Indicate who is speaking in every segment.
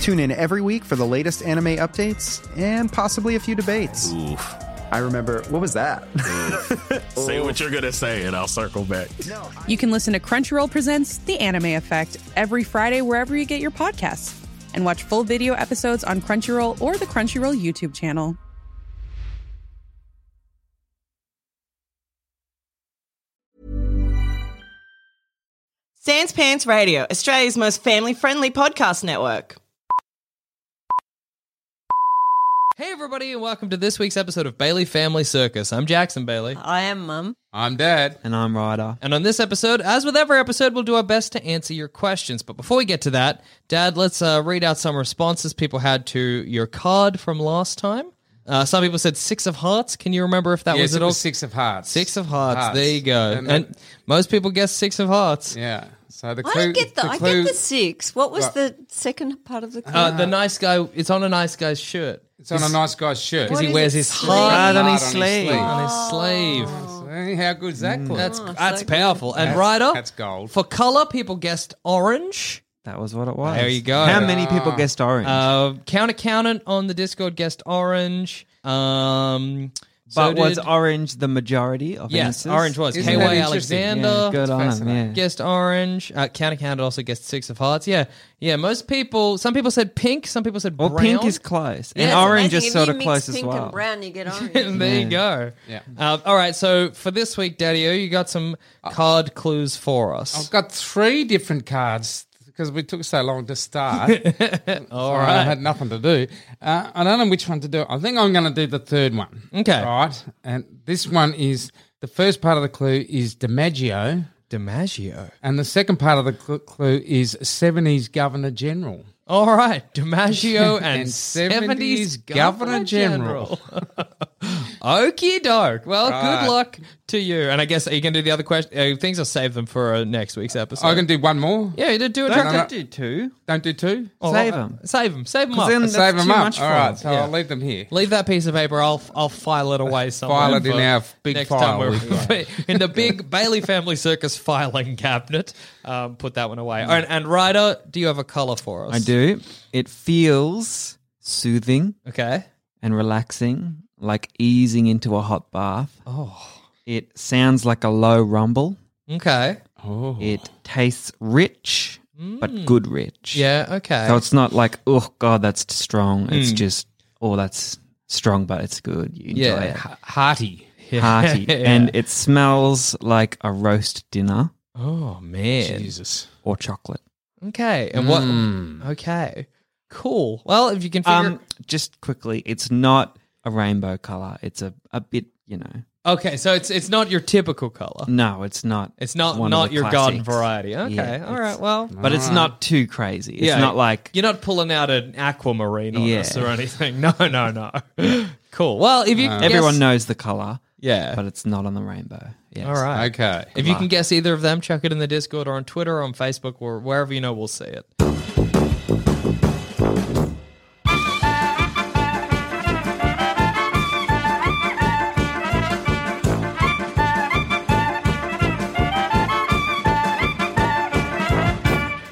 Speaker 1: Tune in every week for the latest anime updates and possibly a few debates.
Speaker 2: Oof.
Speaker 3: I remember, what was that?
Speaker 2: Say what you're gonna say, and I'll circle back.
Speaker 4: you can listen to Crunchyroll Presents The Anime Effect every Friday wherever you get your podcasts, and watch full video episodes on Crunchyroll or the Crunchyroll YouTube channel.
Speaker 5: Sans Pants Radio, Australia's most family friendly podcast network.
Speaker 6: Hey, everybody, and welcome to this week's episode of Bailey Family Circus. I'm Jackson Bailey.
Speaker 5: I am Mum.
Speaker 7: I'm Dad.
Speaker 8: And I'm Ryder.
Speaker 6: And on this episode, as with every episode, we'll do our best to answer your questions. But before we get to that, Dad, let's uh, read out some responses people had to your card from last time. Uh, some people said Six of Hearts. Can you remember if that
Speaker 7: yes,
Speaker 6: was
Speaker 7: it
Speaker 6: at all?
Speaker 7: was six of hearts.
Speaker 6: Six of hearts. There you go. And,
Speaker 7: And, that-
Speaker 6: most people guess Six of Hearts.
Speaker 7: yeah. So the
Speaker 9: I
Speaker 7: clue.
Speaker 9: don't get the,
Speaker 7: the
Speaker 9: I
Speaker 7: clue,
Speaker 9: get the six. What was
Speaker 7: Right.
Speaker 9: the second part of the clue?
Speaker 6: Uh, the nice guy. It's on a nice guy's shirt.
Speaker 7: It's on a nice guy's shirt.
Speaker 6: Because he
Speaker 9: is
Speaker 6: wears
Speaker 9: it,
Speaker 6: his
Speaker 9: sleeve?
Speaker 6: heart
Speaker 8: Heart
Speaker 6: on
Speaker 8: on
Speaker 6: his
Speaker 8: his
Speaker 6: sleeve.
Speaker 8: sleeve.
Speaker 6: On his sleeve.
Speaker 7: Hey, How good's that? clue?
Speaker 6: That's
Speaker 9: Oh,
Speaker 6: that's
Speaker 9: so good.
Speaker 6: powerful. And
Speaker 7: That's-
Speaker 6: Ryder,
Speaker 7: that's gold.
Speaker 6: For color, people guessed orange.
Speaker 8: That was what it was.
Speaker 6: There you go.
Speaker 8: How many
Speaker 9: Ah.
Speaker 8: people guessed orange?
Speaker 6: Uh, count accountant on the Discord guessed orange. Um, so
Speaker 8: but was
Speaker 6: did-
Speaker 8: orange the majority of
Speaker 6: yes,
Speaker 8: answers?
Speaker 6: orange was
Speaker 7: Isn't
Speaker 6: KY
Speaker 7: that interesting?
Speaker 6: Alexander.
Speaker 8: Yeah, good on him,
Speaker 7: fascinating.
Speaker 8: yeah.
Speaker 6: Guessed orange. Uh, count accountant also guessed six of hearts. Yeah, yeah. Most people. Some people said pink. Some people said
Speaker 8: Well,
Speaker 6: brown.
Speaker 8: pink is close, and
Speaker 9: That's
Speaker 8: orange
Speaker 9: amazing.
Speaker 8: is
Speaker 9: If
Speaker 8: sort
Speaker 9: you
Speaker 8: of
Speaker 9: mix
Speaker 8: close as
Speaker 9: pink
Speaker 8: well.
Speaker 9: and brown, you get orange.
Speaker 6: there you go.
Speaker 7: Yeah.
Speaker 6: Uh, all right. So for this week, Daddy, you got some
Speaker 8: Uh,
Speaker 6: card clues for us.
Speaker 8: oh.
Speaker 7: I've got three different cards because we took so long to start. All right, I had nothing to do. Uh, I don't know which one to do. I think I'm going to do the third one.
Speaker 6: Okay.
Speaker 7: Right. And this one is the first part of the clue is DiMaggio,
Speaker 6: DiMaggio.
Speaker 7: and the second part of the cl- clue is 70s Governor General.
Speaker 6: All right, DiMaggio and,
Speaker 7: And
Speaker 6: 70s,
Speaker 7: 70s
Speaker 6: Governor
Speaker 7: Governor
Speaker 6: General. Okie doke. Well, good luck to you. And I guess, are you going to do the other question? Uh, things I'll save them for uh, next week's episode.
Speaker 7: I'm going to do one more.
Speaker 6: yeah, you did do it.
Speaker 8: Don't
Speaker 6: Jack.
Speaker 8: don't do two.
Speaker 7: Don't do two.
Speaker 6: Oh,
Speaker 8: Save
Speaker 6: uh,
Speaker 8: them.
Speaker 6: Save them. Save them up.
Speaker 8: then- That's
Speaker 7: Save them
Speaker 8: too
Speaker 7: up.
Speaker 8: much
Speaker 7: All
Speaker 8: for
Speaker 7: right,
Speaker 8: us,
Speaker 7: so
Speaker 6: yeah.
Speaker 7: I'll leave them here.
Speaker 6: Leave that piece of paper. I'll I'll file it away somewhere.
Speaker 7: File it in
Speaker 6: for
Speaker 7: our big
Speaker 6: next
Speaker 7: file
Speaker 6: Time
Speaker 7: we've
Speaker 6: we're in the big Bailey Family Circus filing cabinet. Um, put that one away. And, and Ryder, do you have a color for us?
Speaker 8: I do. It feels soothing
Speaker 6: Okay.
Speaker 8: and relaxing, like easing into a hot bath. Oh. It sounds like a low rumble.
Speaker 6: Okay. Oh.
Speaker 8: It tastes rich, but good rich.
Speaker 6: Mm. Yeah. Okay.
Speaker 8: So it's not like, oh God, that's t- strong. It's just, oh, that's strong, but it's good. You enjoy
Speaker 6: Hmm. Yeah.
Speaker 8: it.
Speaker 7: H- Hearty.
Speaker 8: Hearty. And it smells like a roast dinner
Speaker 6: oh man.
Speaker 7: Jesus.
Speaker 8: or chocolate.
Speaker 6: Okay. And what? Okay. Cool. Well, if you can figure.
Speaker 8: Hmm. Um, just quickly, it's not a rainbow color. It's a, a bit, you know.
Speaker 6: okay, so it's it's not your typical color.
Speaker 8: No, it's not.
Speaker 6: It's not
Speaker 8: one of
Speaker 6: not
Speaker 8: the
Speaker 6: your garden
Speaker 8: classics.
Speaker 6: variety. Okay.
Speaker 8: Yeah,
Speaker 6: All
Speaker 8: it's-
Speaker 6: right. Well, ah.
Speaker 8: But it's not too crazy. It's
Speaker 6: Yeah.
Speaker 8: not like.
Speaker 6: you're not pulling out an aquamarine on
Speaker 8: Yeah.
Speaker 6: us or anything. No, no, no. cool. Well, if you can guess-
Speaker 8: Everyone knows the color,
Speaker 6: Yeah.
Speaker 8: but it's not on the rainbow. Yes.
Speaker 6: All right.
Speaker 7: Okay.
Speaker 6: If you can guess either of them, check it in the Discord or on Twitter or on Facebook or wherever you know we'll see it.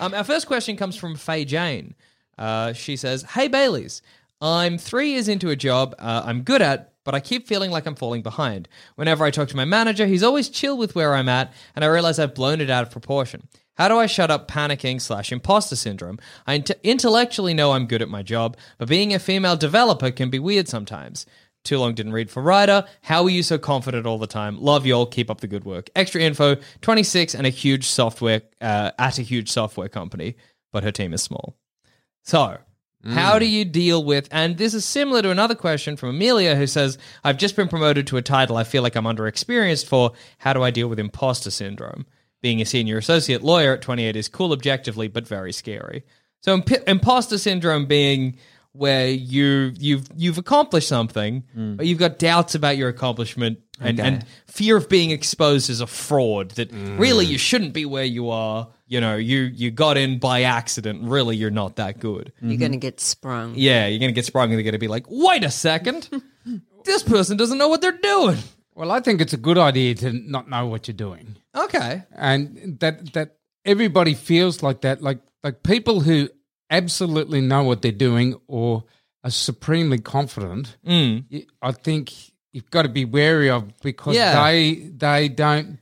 Speaker 6: Um, our first question comes from Faye Jane. Uh, she says, Hey Baileys, I'm three years into a job uh, I'm good at, but I keep feeling like I'm falling behind. Whenever I talk to my manager, he's always chill with where I'm at, and I realize I've blown it out of proportion. How do I shut up panicking slash imposter syndrome? I int- intellectually know I'm good at my job, but being a female developer can be weird sometimes. Too long didn't read for Ryder. How are you so confident all the time? Love y'all. Keep up the good work. Extra info 26 and a huge software, uh, at a huge software company, but her team is small. So, how do you deal with? And this is similar to another question from Amelia who says, I've just been promoted to a title I feel like I'm underexperienced for. How do I deal with imposter syndrome? Being a senior associate lawyer at 28 is cool objectively, but very scary. So, imp- imposter syndrome being where you you've you've accomplished something,
Speaker 7: Mm.
Speaker 6: but you've got doubts about your accomplishment and, and fear of being exposed as a fraud that
Speaker 7: Mm.
Speaker 6: really you shouldn't be where you are. You know, you you got in by accident. Really, you're not that good.
Speaker 7: Mm.
Speaker 9: You're going to get sprung.
Speaker 6: Yeah, you're gonna get sprung and they're gonna be like, wait a second, this person doesn't know what they're doing.
Speaker 7: Well, I think it's a good idea to not know what you're doing.
Speaker 6: Okay.
Speaker 7: and that that everybody feels like that like like people who absolutely know what they're doing or are supremely confident
Speaker 8: Mm.
Speaker 7: y- i think you've got to be wary of because
Speaker 6: Yeah.
Speaker 7: they they don't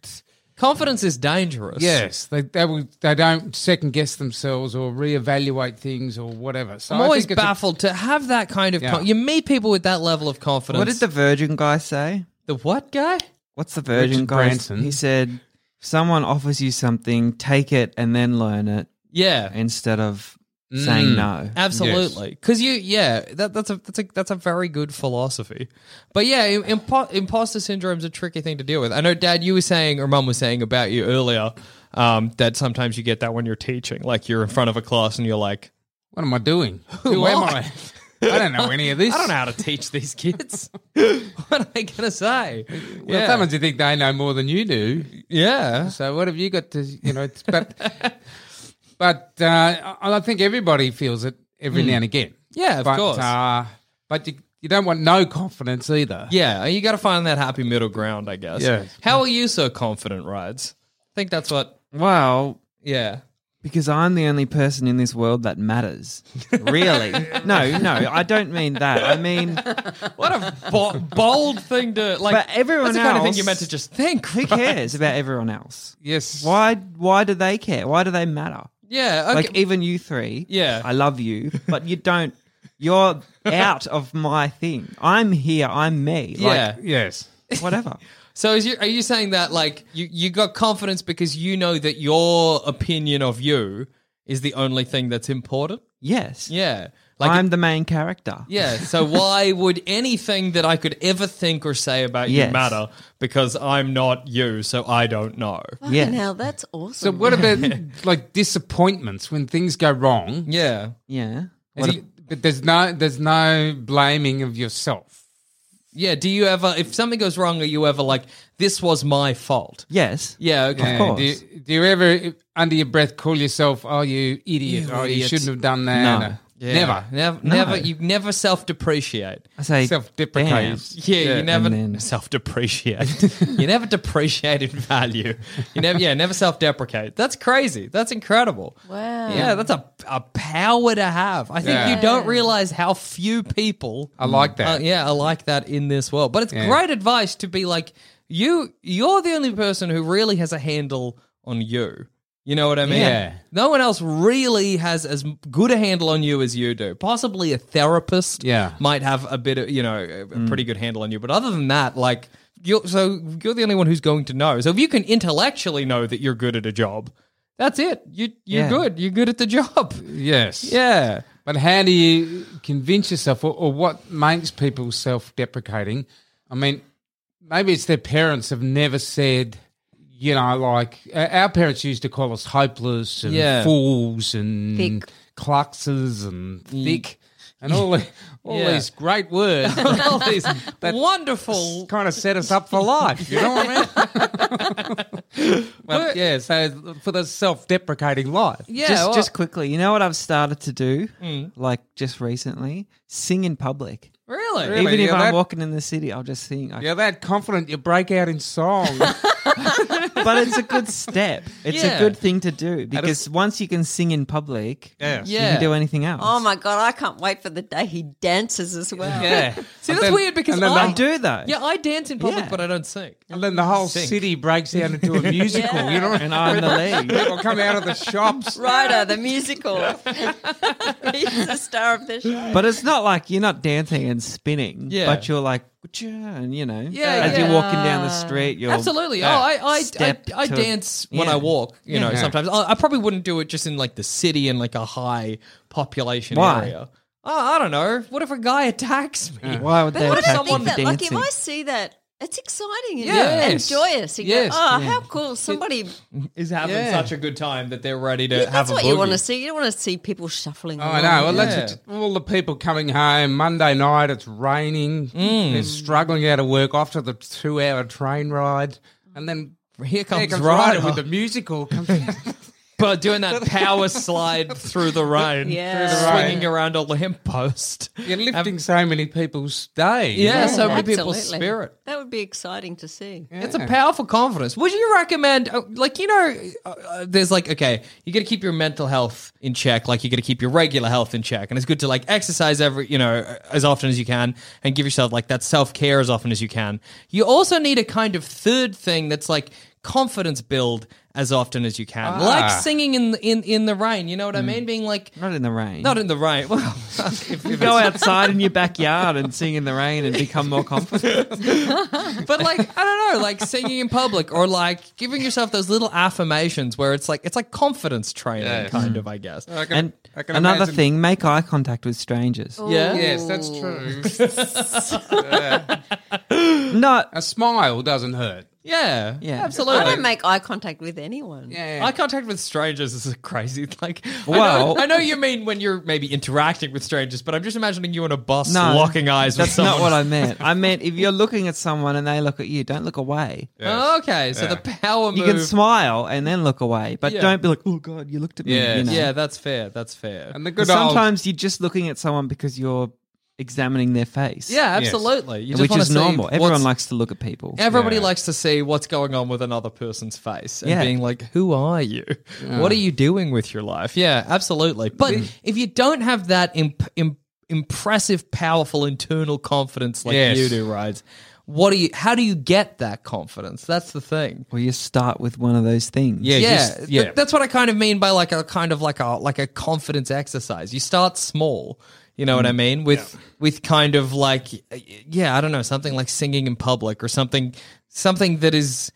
Speaker 6: Confidence is dangerous.
Speaker 7: yes they they, will, they don't second guess themselves or reevaluate things or whatever so
Speaker 6: I'm
Speaker 7: I
Speaker 6: always
Speaker 7: think it's a-
Speaker 6: baffled to have that kind of.
Speaker 7: Yeah.
Speaker 6: Con- you meet people with that level of confidence.
Speaker 8: What did the Virgin guy say?
Speaker 6: the what guy?
Speaker 8: What's the Virgin
Speaker 7: Richard
Speaker 8: guy?
Speaker 7: Branson.
Speaker 8: He said, if someone offers you something, take it and then learn it
Speaker 6: Yeah,
Speaker 8: instead of saying
Speaker 6: Mm.
Speaker 8: no.
Speaker 6: absolutely. Because you, yeah, that, that's a that's a that's a very good philosophy. But yeah, im- impo- imposter syndrome's a tricky thing to deal with. I know, Dad, you were saying or Mum was saying about you earlier um, that sometimes you get that when you're teaching, like you're in front of a class and you're like,
Speaker 7: what am i doing who am
Speaker 6: I?
Speaker 7: i i don't know any of this
Speaker 6: I don't know how to teach these kids. what am I gonna say?
Speaker 7: well,
Speaker 6: yeah,
Speaker 7: sometimes you think they know more than you do
Speaker 6: yeah.
Speaker 7: So what have you got to you know? It's, but but uh, I, I think everybody feels it every now and again.
Speaker 6: Yeah, Hmm. of
Speaker 7: but,
Speaker 6: course.
Speaker 7: Uh, but you you don't want no confidence either.
Speaker 6: Yeah, you got to find that happy middle ground, I guess.
Speaker 7: Yeah.
Speaker 6: How are you so confident, Rides? I think that's what.
Speaker 8: Well,
Speaker 6: Yeah.
Speaker 8: because I'm the only person in this world that matters. Really? no, no, I don't mean that. I mean,
Speaker 6: What a bo- bold thing to like.
Speaker 8: But everyone
Speaker 6: that's the kind of thing
Speaker 8: else-
Speaker 6: you're meant to just think.
Speaker 8: who cares about everyone else?
Speaker 7: Yes.
Speaker 8: Why? Why do they care? Why do they matter?
Speaker 6: Yeah. Okay.
Speaker 8: Like even you three.
Speaker 6: Yeah.
Speaker 8: I love you, but you don't. You're out of my thing. I'm here. I'm me.
Speaker 6: yeah.
Speaker 7: Yes.
Speaker 8: Like, whatever.
Speaker 6: so is you, are you saying that like you you got confidence because you know that your opinion of you is the only thing that's important?
Speaker 8: Yes.
Speaker 6: Yeah. Like.
Speaker 8: I'm the main character.
Speaker 6: yeah, so why would anything that I could ever think or say about you
Speaker 8: Yes.
Speaker 6: matter? Because I'm not you, so I don't know.
Speaker 9: Fucking
Speaker 8: Yeah.
Speaker 9: hell, that's
Speaker 7: So
Speaker 9: awesome.
Speaker 7: what about like disappointments when things go wrong?
Speaker 6: Yeah.
Speaker 8: Yeah.
Speaker 7: Is it- but there's no there's no blaming of yourself.
Speaker 6: Yeah. Do you ever, if something goes wrong, are you ever like, this was my fault?
Speaker 8: Yes.
Speaker 6: Yeah. Okay.
Speaker 8: Of
Speaker 7: Uh,
Speaker 8: course.
Speaker 7: Do you, do you ever under your breath call yourself, "Oh, you idiot!
Speaker 6: You
Speaker 7: oh, you
Speaker 6: idiot."
Speaker 7: shouldn't have done that."
Speaker 8: No.
Speaker 7: Uh,
Speaker 6: Yeah.
Speaker 7: Never.
Speaker 6: Never.
Speaker 8: No.
Speaker 6: Never. You never self depreciate.
Speaker 8: I say
Speaker 7: Self-deprecate.
Speaker 8: damn.
Speaker 6: Yeah, you never
Speaker 8: and then-
Speaker 6: self depreciate. you never depreciate in value. You never, yeah, never self deprecate. That's crazy. That's incredible.
Speaker 9: Wow.
Speaker 6: Yeah, that's a, a power to have. I think
Speaker 7: Yeah.
Speaker 6: you don't realize how few people
Speaker 7: I like that.
Speaker 6: Uh, yeah, I like that in this world. But it's
Speaker 7: Yeah.
Speaker 6: great advice to be like you. You're the only person who really has a handle on you. You know what I mean?
Speaker 7: Yeah.
Speaker 6: No one else really has as good a handle on you as you do. Possibly a therapist.
Speaker 7: Yeah.
Speaker 6: Might have a bit of you know a a
Speaker 8: Mm.
Speaker 6: pretty good handle on you, but other than that, like. You're, so you're the only one who's going to know. So if you can intellectually know that you're good at a job, that's it. You you're
Speaker 8: Yeah.
Speaker 6: good. You're good at the job.
Speaker 7: Yes.
Speaker 6: Yeah.
Speaker 7: But how do you convince yourself, or, or what makes people self deprecating? I mean, maybe it's their parents have never said, you know, like uh, our parents used to call us hopeless and
Speaker 6: Yeah.
Speaker 7: fools and
Speaker 9: Thick.
Speaker 7: cluxes and
Speaker 8: Mm.
Speaker 7: thick and all, the- all
Speaker 6: Yeah.
Speaker 7: these great words.
Speaker 6: All these
Speaker 7: That-
Speaker 6: wonderful
Speaker 7: Kind of set us up for life, you know what I mean? well, yeah, so for the self-deprecating life,
Speaker 6: Yeah,
Speaker 8: just,
Speaker 6: well-
Speaker 8: just quickly, you know what I've started to do,
Speaker 6: Mm.
Speaker 8: like just recently, sing in public.
Speaker 6: really,
Speaker 7: Really?
Speaker 8: Even if
Speaker 7: yeah,
Speaker 8: I'm
Speaker 7: that-
Speaker 8: walking in the city, I'll just sing. I-
Speaker 7: you're that confident you break out in song.
Speaker 8: But it's a good step. It's
Speaker 6: Yeah.
Speaker 8: a good thing to do because once you can sing in public, you
Speaker 6: Yeah.
Speaker 8: can do anything else.
Speaker 9: Oh my God, I can't wait for the day he dances as well.
Speaker 7: Yeah.
Speaker 6: See, that's weird because
Speaker 7: and then
Speaker 6: I
Speaker 8: I do though.
Speaker 6: Yeah, I dance in public,
Speaker 8: Yeah.
Speaker 6: but I don't sing.
Speaker 7: And then the whole
Speaker 6: Sink.
Speaker 7: city breaks down into a musical. You know,
Speaker 8: And I'm the lead.
Speaker 7: people come out of the shops.
Speaker 9: Ryder, the musical. He's the star of the show.
Speaker 8: But it's not like you're not dancing and spinning.
Speaker 6: Yeah.
Speaker 8: But you're like, "Whatcha," and you know,
Speaker 6: Yeah,
Speaker 8: as
Speaker 6: yeah.
Speaker 8: you're walking down the street, you're
Speaker 6: Absolutely. Oh, I I, I,
Speaker 8: Step
Speaker 6: I
Speaker 8: to-
Speaker 6: dance when
Speaker 8: Yeah.
Speaker 6: I walk. You know,
Speaker 7: Yeah.
Speaker 6: sometimes I, I probably wouldn't do it just in like the city and like a high population
Speaker 8: Why?
Speaker 6: area. Oh, I don't know. What if a guy attacks me?
Speaker 8: Why would they
Speaker 9: But I
Speaker 8: attack
Speaker 9: don't
Speaker 8: you
Speaker 9: think
Speaker 8: for
Speaker 9: that, like, if
Speaker 8: dancing?
Speaker 9: I see that It's exciting and,
Speaker 6: Yes.
Speaker 9: and joyous. You
Speaker 6: Yes.
Speaker 9: go, oh, how cool! Somebody.
Speaker 6: Is having
Speaker 7: Yeah.
Speaker 6: such a good time that they're ready to uh, have
Speaker 9: that's
Speaker 6: a
Speaker 9: what you
Speaker 6: boogie.
Speaker 9: want to see. You don't want to see people shuffling.
Speaker 7: Oh, I know. Well, that's it. all the people coming home Monday night. It's raining.
Speaker 6: Mm.
Speaker 7: They're struggling out of work after the two-hour train ride, and then
Speaker 6: Here comes,
Speaker 7: here comes
Speaker 6: Ryder
Speaker 7: Ryder with the musical. Comes
Speaker 6: but doing that power slide through the rain,
Speaker 9: Yeah.
Speaker 7: Through the rain.
Speaker 6: swinging around all the hemp post.
Speaker 7: You're lifting so many people's day. you
Speaker 6: Yeah,
Speaker 7: know?
Speaker 6: so many
Speaker 9: Absolutely.
Speaker 6: people's spirit.
Speaker 9: That would be exciting to see.
Speaker 6: It's a powerful confidence. Would you recommend, uh, like, you know, uh, uh, there's like, okay, you got to keep your mental health in check, like, you got to keep your regular health in check. And it's good to, like, exercise every, you know, uh, as often as you can and give yourself, like, that self care as often as you can. You also need a kind of third thing that's like confidence build as often as you
Speaker 8: Ah.
Speaker 6: can, like singing in, in, in the rain. You know what I mean? Being like,
Speaker 8: Mm. Not in the rain.
Speaker 6: not in the rain. Well, if, if
Speaker 8: Go outside in your backyard and sing in the rain and become more confident.
Speaker 6: but like I don't know, like singing in public or like giving yourself those little affirmations where it's like it's like confidence training, kind of, I Oh. guess.
Speaker 7: I can-
Speaker 8: And
Speaker 7: I can
Speaker 8: another
Speaker 7: imagine-
Speaker 8: thing, make eye contact with strangers.
Speaker 6: Yeah.
Speaker 7: uh, Yes, that's true.
Speaker 8: Not
Speaker 7: a smile doesn't hurt.
Speaker 6: Yeah,
Speaker 8: Yeah.
Speaker 6: absolutely.
Speaker 9: I don't make eye contact with anyone.
Speaker 6: Eye contact with strangers is a crazy. Like, well, I
Speaker 8: Well-
Speaker 6: know, I know you mean when you're maybe interacting with strangers, but I'm just imagining you on a bus
Speaker 8: no.
Speaker 6: locking eyes with
Speaker 8: That's
Speaker 6: someone.
Speaker 8: not what I meant. I meant if you're looking at someone and they look at you, don't look away.
Speaker 6: Oh, okay, so the power move.
Speaker 8: You can smile and then look away, but
Speaker 6: Yeah.
Speaker 8: don't be like, "Oh God, you looked at me."
Speaker 7: Yes.
Speaker 8: you know?
Speaker 6: yeah, that's fair. That's fair.
Speaker 7: And the good old
Speaker 8: Sometimes you're just looking at someone because you're examining their face.
Speaker 6: yeah, absolutely. You just
Speaker 8: which
Speaker 6: wanna
Speaker 8: is
Speaker 6: see
Speaker 8: normal. Everyone
Speaker 6: what's-
Speaker 8: likes to look at people.
Speaker 6: Everybody
Speaker 7: Yeah.
Speaker 6: likes to see what's going on with another person's face and
Speaker 8: Yeah.
Speaker 6: being like, who are you? What are you doing with your life? Yeah, absolutely. But if you don't have that imp- im- impressive, powerful internal confidence like
Speaker 7: Yes.
Speaker 6: you do, rides, what do you? How do you get that confidence? That's the thing.
Speaker 8: Well, you start with one of those things.
Speaker 7: Yeah.
Speaker 6: Yeah,
Speaker 7: just-
Speaker 6: th-
Speaker 7: yeah.
Speaker 6: that's what I kind of mean by like a kind of like a like a confidence exercise. You start small, you know
Speaker 7: Mm.
Speaker 6: what I mean? With with kind of like uh, yeah, I don't know, something like singing in public or something something that is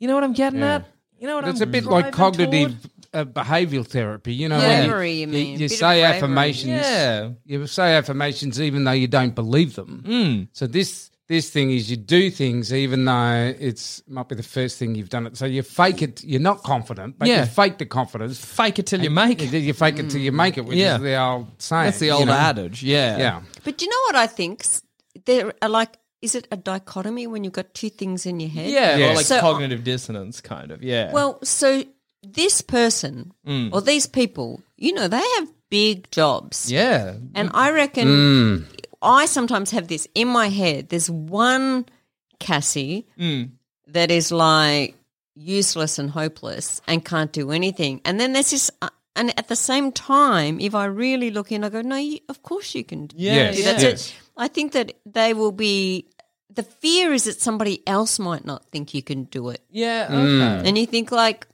Speaker 6: you know what I'm getting at? You know what
Speaker 7: It's a
Speaker 6: I'm
Speaker 7: bit like
Speaker 6: driving toward?
Speaker 7: cognitive uh, behavioral therapy, you know.
Speaker 9: Yeah.
Speaker 7: when
Speaker 9: Bravery, you mean.
Speaker 7: You
Speaker 9: Bit of
Speaker 7: say
Speaker 9: bravery.
Speaker 7: affirmations.
Speaker 6: Yeah.
Speaker 7: You say affirmations even though you don't believe them.
Speaker 6: Hmm.
Speaker 7: So this this thing is you do things even though it's might be the first thing you've done it. So you fake it. You're not confident, but
Speaker 6: Yeah.
Speaker 7: you fake the confidence.
Speaker 6: Fake it till you make it.
Speaker 7: You fake it till you make it, which
Speaker 6: Yeah.
Speaker 7: is the old saying.
Speaker 6: That's the
Speaker 7: you
Speaker 6: old
Speaker 7: know.
Speaker 6: adage. Yeah.
Speaker 7: Yeah.
Speaker 9: But do you know what I think? S- There are like, is it a dichotomy when you've got two things in your head?
Speaker 6: Yeah, or
Speaker 7: Yes.
Speaker 6: like
Speaker 9: So-
Speaker 6: cognitive dissonance kind of. Yeah.
Speaker 9: Well, so this person
Speaker 6: Mm.
Speaker 9: or these people, you know, they have big jobs.
Speaker 6: yeah.
Speaker 9: And I reckon
Speaker 6: Mm.
Speaker 9: I sometimes have this in my head. There's one Cassie
Speaker 6: Mm.
Speaker 9: that is like useless and hopeless and can't do anything. And then there's this, uh, and at the same time, if I really look in, I go, no, you, of course you can.
Speaker 6: Yeah,
Speaker 7: Yes.
Speaker 6: yeah.
Speaker 9: That's it. I think that they will be. The fear is that somebody else might not think you can do it,
Speaker 6: Yeah, okay.
Speaker 7: Mm.
Speaker 9: and you think like,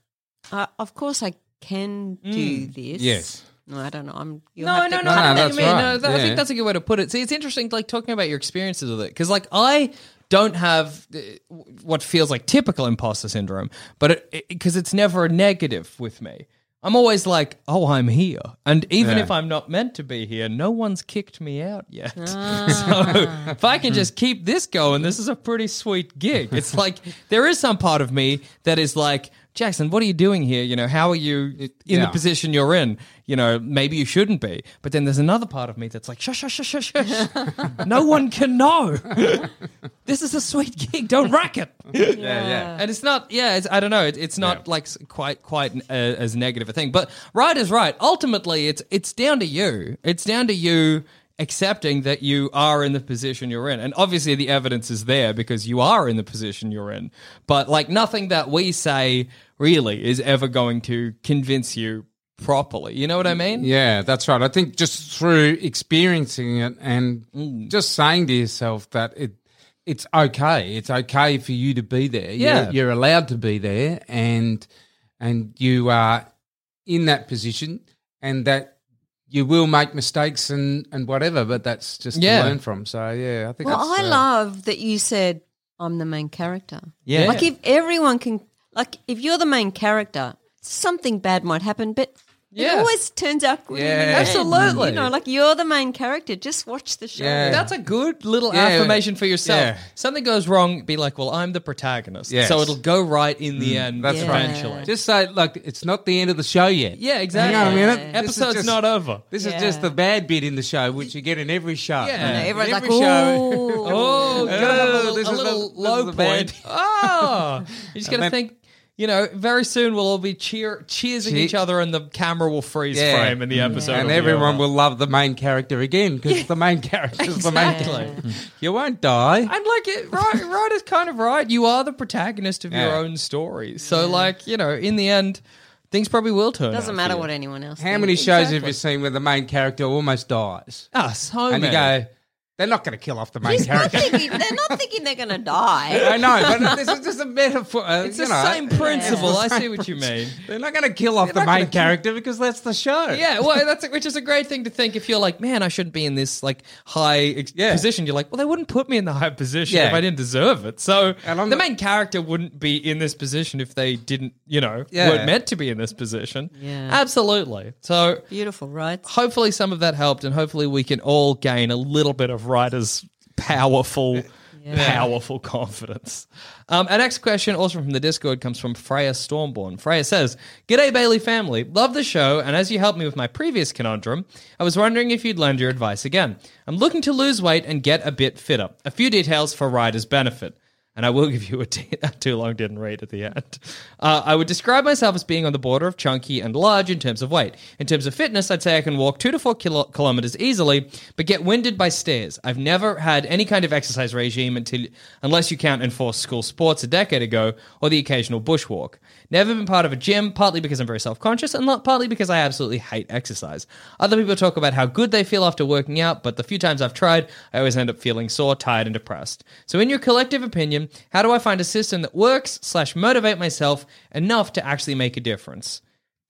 Speaker 9: uh, "Of course I can do this."
Speaker 7: Yes.
Speaker 9: No, I don't know. I'm. You'll
Speaker 6: Mm. No,
Speaker 9: have
Speaker 6: no,
Speaker 9: to-
Speaker 6: no, I don't know what
Speaker 7: that's
Speaker 6: you mean. No,
Speaker 7: right.
Speaker 6: that, I think
Speaker 7: Yeah.
Speaker 6: that's a good way to put it. See, it's interesting, like talking about your experiences with it, because like I don't have uh, what feels like typical imposter syndrome, but because it's never a negative with me. I'm always like, oh, I'm here, and even
Speaker 7: Yeah.
Speaker 6: if I'm not meant to be here, no one's kicked me out yet.
Speaker 9: Ah.
Speaker 6: So if I can just keep this going, this is a pretty sweet gig. It's like there is some part of me that is like. Jackson, what are you doing here? You know, how are you in the
Speaker 7: yeah.
Speaker 6: position? position you're in, you know, maybe you shouldn't be. But then there's another part of me that's like, shush, shush, shush, shush, shush. no one can know. this is a sweet gig. Don't rack it.
Speaker 7: Yeah. Yeah.
Speaker 6: And it's not, yeah, it's, I don't know. It, it's not like s- quite, quite uh, as negative a thing. But right is right. Ultimately, it's it's down to you. It's down to you accepting that you are in the position you're in. And obviously, the evidence is there because you are in the position you're in. But like nothing that we say really is ever going to convince you properly. You know what I mean?
Speaker 7: Mm, Yeah, that's right. I think just through experiencing it and
Speaker 6: Mm.
Speaker 7: just saying to yourself that it it's okay. It's okay for you to be there. You're-
Speaker 6: Yeah.
Speaker 7: you're, allowed to be there, and and you are in that position, and that you will make mistakes and and whatever, but that's just
Speaker 6: Yeah.
Speaker 7: to learn from. So yeah, I think.
Speaker 9: Well,
Speaker 7: that's,
Speaker 9: I
Speaker 7: uh,
Speaker 9: love that you said I'm the main character.
Speaker 8: Yeah.
Speaker 9: Like if everyone can, like if you're the main character, something bad might happen, but
Speaker 6: Yeah.
Speaker 9: It always turns out good. in the
Speaker 7: Yeah.
Speaker 9: end.
Speaker 6: Absolutely.
Speaker 9: You know, like you're the main character. Just watch the show.
Speaker 7: Yeah.
Speaker 6: That's a good little
Speaker 7: Yeah.
Speaker 6: affirmation for yourself.
Speaker 7: Yeah.
Speaker 6: Something goes wrong, be like, well, I'm the protagonist.
Speaker 7: Yes. Mm.
Speaker 6: So it'll go right in the end
Speaker 7: that's right.
Speaker 6: eventually.
Speaker 7: Just say like it's not the end of the show yet.
Speaker 6: yeah, exactly.
Speaker 7: Hang on a minute. This is
Speaker 6: Episode's
Speaker 7: just-
Speaker 6: not over.
Speaker 7: This
Speaker 9: Yeah.
Speaker 7: is just the bad bit in the show, which you get in every show.
Speaker 6: Yeah. And
Speaker 9: Everyone's
Speaker 7: every
Speaker 9: like,
Speaker 7: show.
Speaker 9: ooh.
Speaker 6: Oh, you gotta have a
Speaker 7: Oh,
Speaker 6: little,
Speaker 7: this
Speaker 6: a
Speaker 7: is the-
Speaker 6: little
Speaker 7: this is
Speaker 6: low
Speaker 7: the
Speaker 6: point.
Speaker 7: bad.
Speaker 6: oh, you just got to
Speaker 7: And then-
Speaker 6: think. You know, very soon we'll all be cheer cheersing
Speaker 7: Cheer-
Speaker 6: each other, and the camera will freeze
Speaker 7: Yeah. Mm.
Speaker 6: frame, and the episode.
Speaker 7: and
Speaker 6: will be
Speaker 7: everyone
Speaker 6: over.
Speaker 7: will love the main character again because the main character is the main
Speaker 6: Exactly.
Speaker 7: character. You won't die.
Speaker 6: And like it, right, right is kind of right. You are the protagonist of your
Speaker 7: Yeah.
Speaker 6: own story, so like you know, in the end, things probably will turn.
Speaker 9: Doesn't
Speaker 6: out
Speaker 9: matter
Speaker 6: for you.
Speaker 9: what anyone else
Speaker 7: How
Speaker 9: thinks.
Speaker 7: many shows have you seen where the main character almost dies?
Speaker 6: Ah, so
Speaker 7: and you
Speaker 6: many.
Speaker 7: go, they're not going to kill off the main
Speaker 9: He's not
Speaker 7: character.
Speaker 9: thinking, they're not thinking they're going to die.
Speaker 7: I know, but this is just a metaphor. uh,
Speaker 6: It's
Speaker 7: you
Speaker 6: the
Speaker 7: know.
Speaker 6: same principle. I see what you mean.
Speaker 7: They're not going to kill off the
Speaker 6: not
Speaker 7: main
Speaker 6: gonna kill-
Speaker 7: character because that's the show.
Speaker 6: Yeah, well, that's which is a great thing to think. If you're like, man, I shouldn't be in this like high ex-
Speaker 7: Yeah.
Speaker 6: position. You're like, well, they wouldn't put me in the high position
Speaker 7: Yeah.
Speaker 6: if I didn't deserve it. So
Speaker 7: And I'm
Speaker 6: the
Speaker 7: not-
Speaker 6: main character wouldn't be in this position if they didn't, you know,
Speaker 7: Yeah.
Speaker 6: weren't meant to be in this position.
Speaker 9: Yeah.
Speaker 6: absolutely. So
Speaker 9: Beautiful, right?
Speaker 6: hopefully some of that helped, and hopefully we can all gain a little bit of writers' powerful. Powerful confidence. Um, our next question, also from the Discord, comes from Freya Stormborn. Freya says, G'day, Bailey family. Love the show, and as you helped me with my previous conundrum, I was wondering if you'd lend your advice again. I'm looking to lose weight and get a bit fitter. A few details for riders' benefit. And I will give you a t- a too long didn't read at the end. Uh, I would describe myself as being on the border of chunky and large in terms of weight. In terms of fitness, I'd say I can walk two to four kilo- kilometers easily, but get winded by stairs. I've never had any kind of exercise regime until, unless you count enforced school sports a decade ago or the occasional bushwalk. Never been part of a gym, partly because I'm very self conscious and not partly because I absolutely hate exercise. Other people talk about how good they feel after working out, but the few times I've tried, I always end up feeling sore, tired, and depressed. So, in your collective opinion, how do I find a system that works slash motivate myself enough to actually make a difference?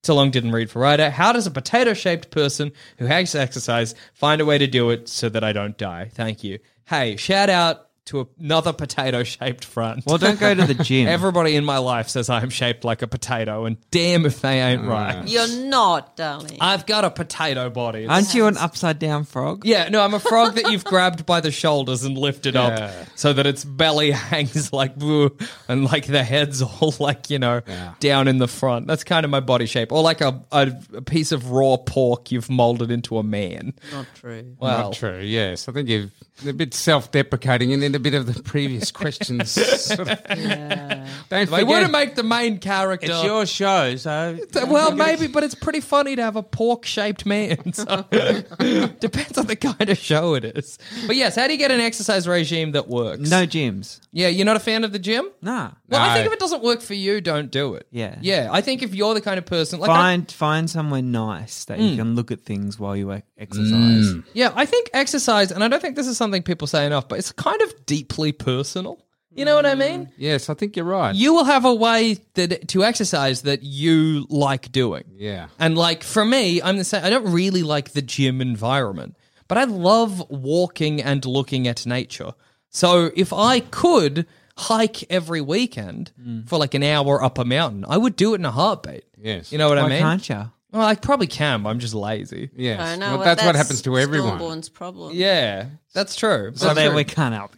Speaker 6: So long didn't read for writer. How does a potato shaped person who hates exercise find a way to do it so that I don't die? Thank you. Hey, shout out to another potato shaped front.
Speaker 8: Well, don't go to the gym.
Speaker 6: Everybody in my life says I am shaped like a potato, and damn if they ain't right.
Speaker 9: You're not, darling.
Speaker 6: I've got a potato body. It's-
Speaker 8: Aren't you an upside down frog?
Speaker 6: yeah, no, I'm a frog that you've grabbed by the shoulders and lifted up so that its belly hangs like boo and like the head's all like, you know, down in the front. That's kind of my body shape. Or like a, a, a piece of raw pork you've molded into a man.
Speaker 9: not true.
Speaker 6: Well,
Speaker 7: Not true. Yes, I think you've a bit self-deprecating, and then a bit of the previous questions. sort of- Don't
Speaker 6: They wouldn't
Speaker 7: forget,
Speaker 6: make the main character.
Speaker 7: it's your show, so
Speaker 6: well, maybe, but it's pretty funny to have a pork shaped man. So depends on the kind of show it is. But yes, how do you get an exercise regime that works?
Speaker 8: No gyms.
Speaker 6: Yeah, you're not a fan of the gym?
Speaker 8: Nah.
Speaker 6: Well, I
Speaker 7: No.
Speaker 6: think if it doesn't work for you, don't do it.
Speaker 8: Yeah.
Speaker 6: Yeah, I think if you're the kind of person like I- Mm.
Speaker 8: find find somewhere nice that you can look at things while you e- exercise.
Speaker 6: Yeah, I think exercise and I don't think this is something people say enough, but it's kind of deeply personal. You know what I mean?
Speaker 7: yes, I think you're right.
Speaker 6: You will have a way that to exercise that you like doing.
Speaker 7: yeah,
Speaker 6: And like for me, I'm the same. I don't really like the gym environment, but I love walking and looking at nature. So if I could hike every weekend for like an hour up a mountain, I would do it in a heartbeat.
Speaker 7: Yes.
Speaker 6: You know what
Speaker 8: Why
Speaker 6: I mean?
Speaker 8: can't you?
Speaker 6: Well, I probably can, but I'm just lazy.
Speaker 7: yes.
Speaker 9: I know.
Speaker 7: Well,
Speaker 9: well,
Speaker 7: that's, what happens to everyone.
Speaker 9: Stormborn's problem.
Speaker 6: Yeah, that's true.
Speaker 8: So there we can't help.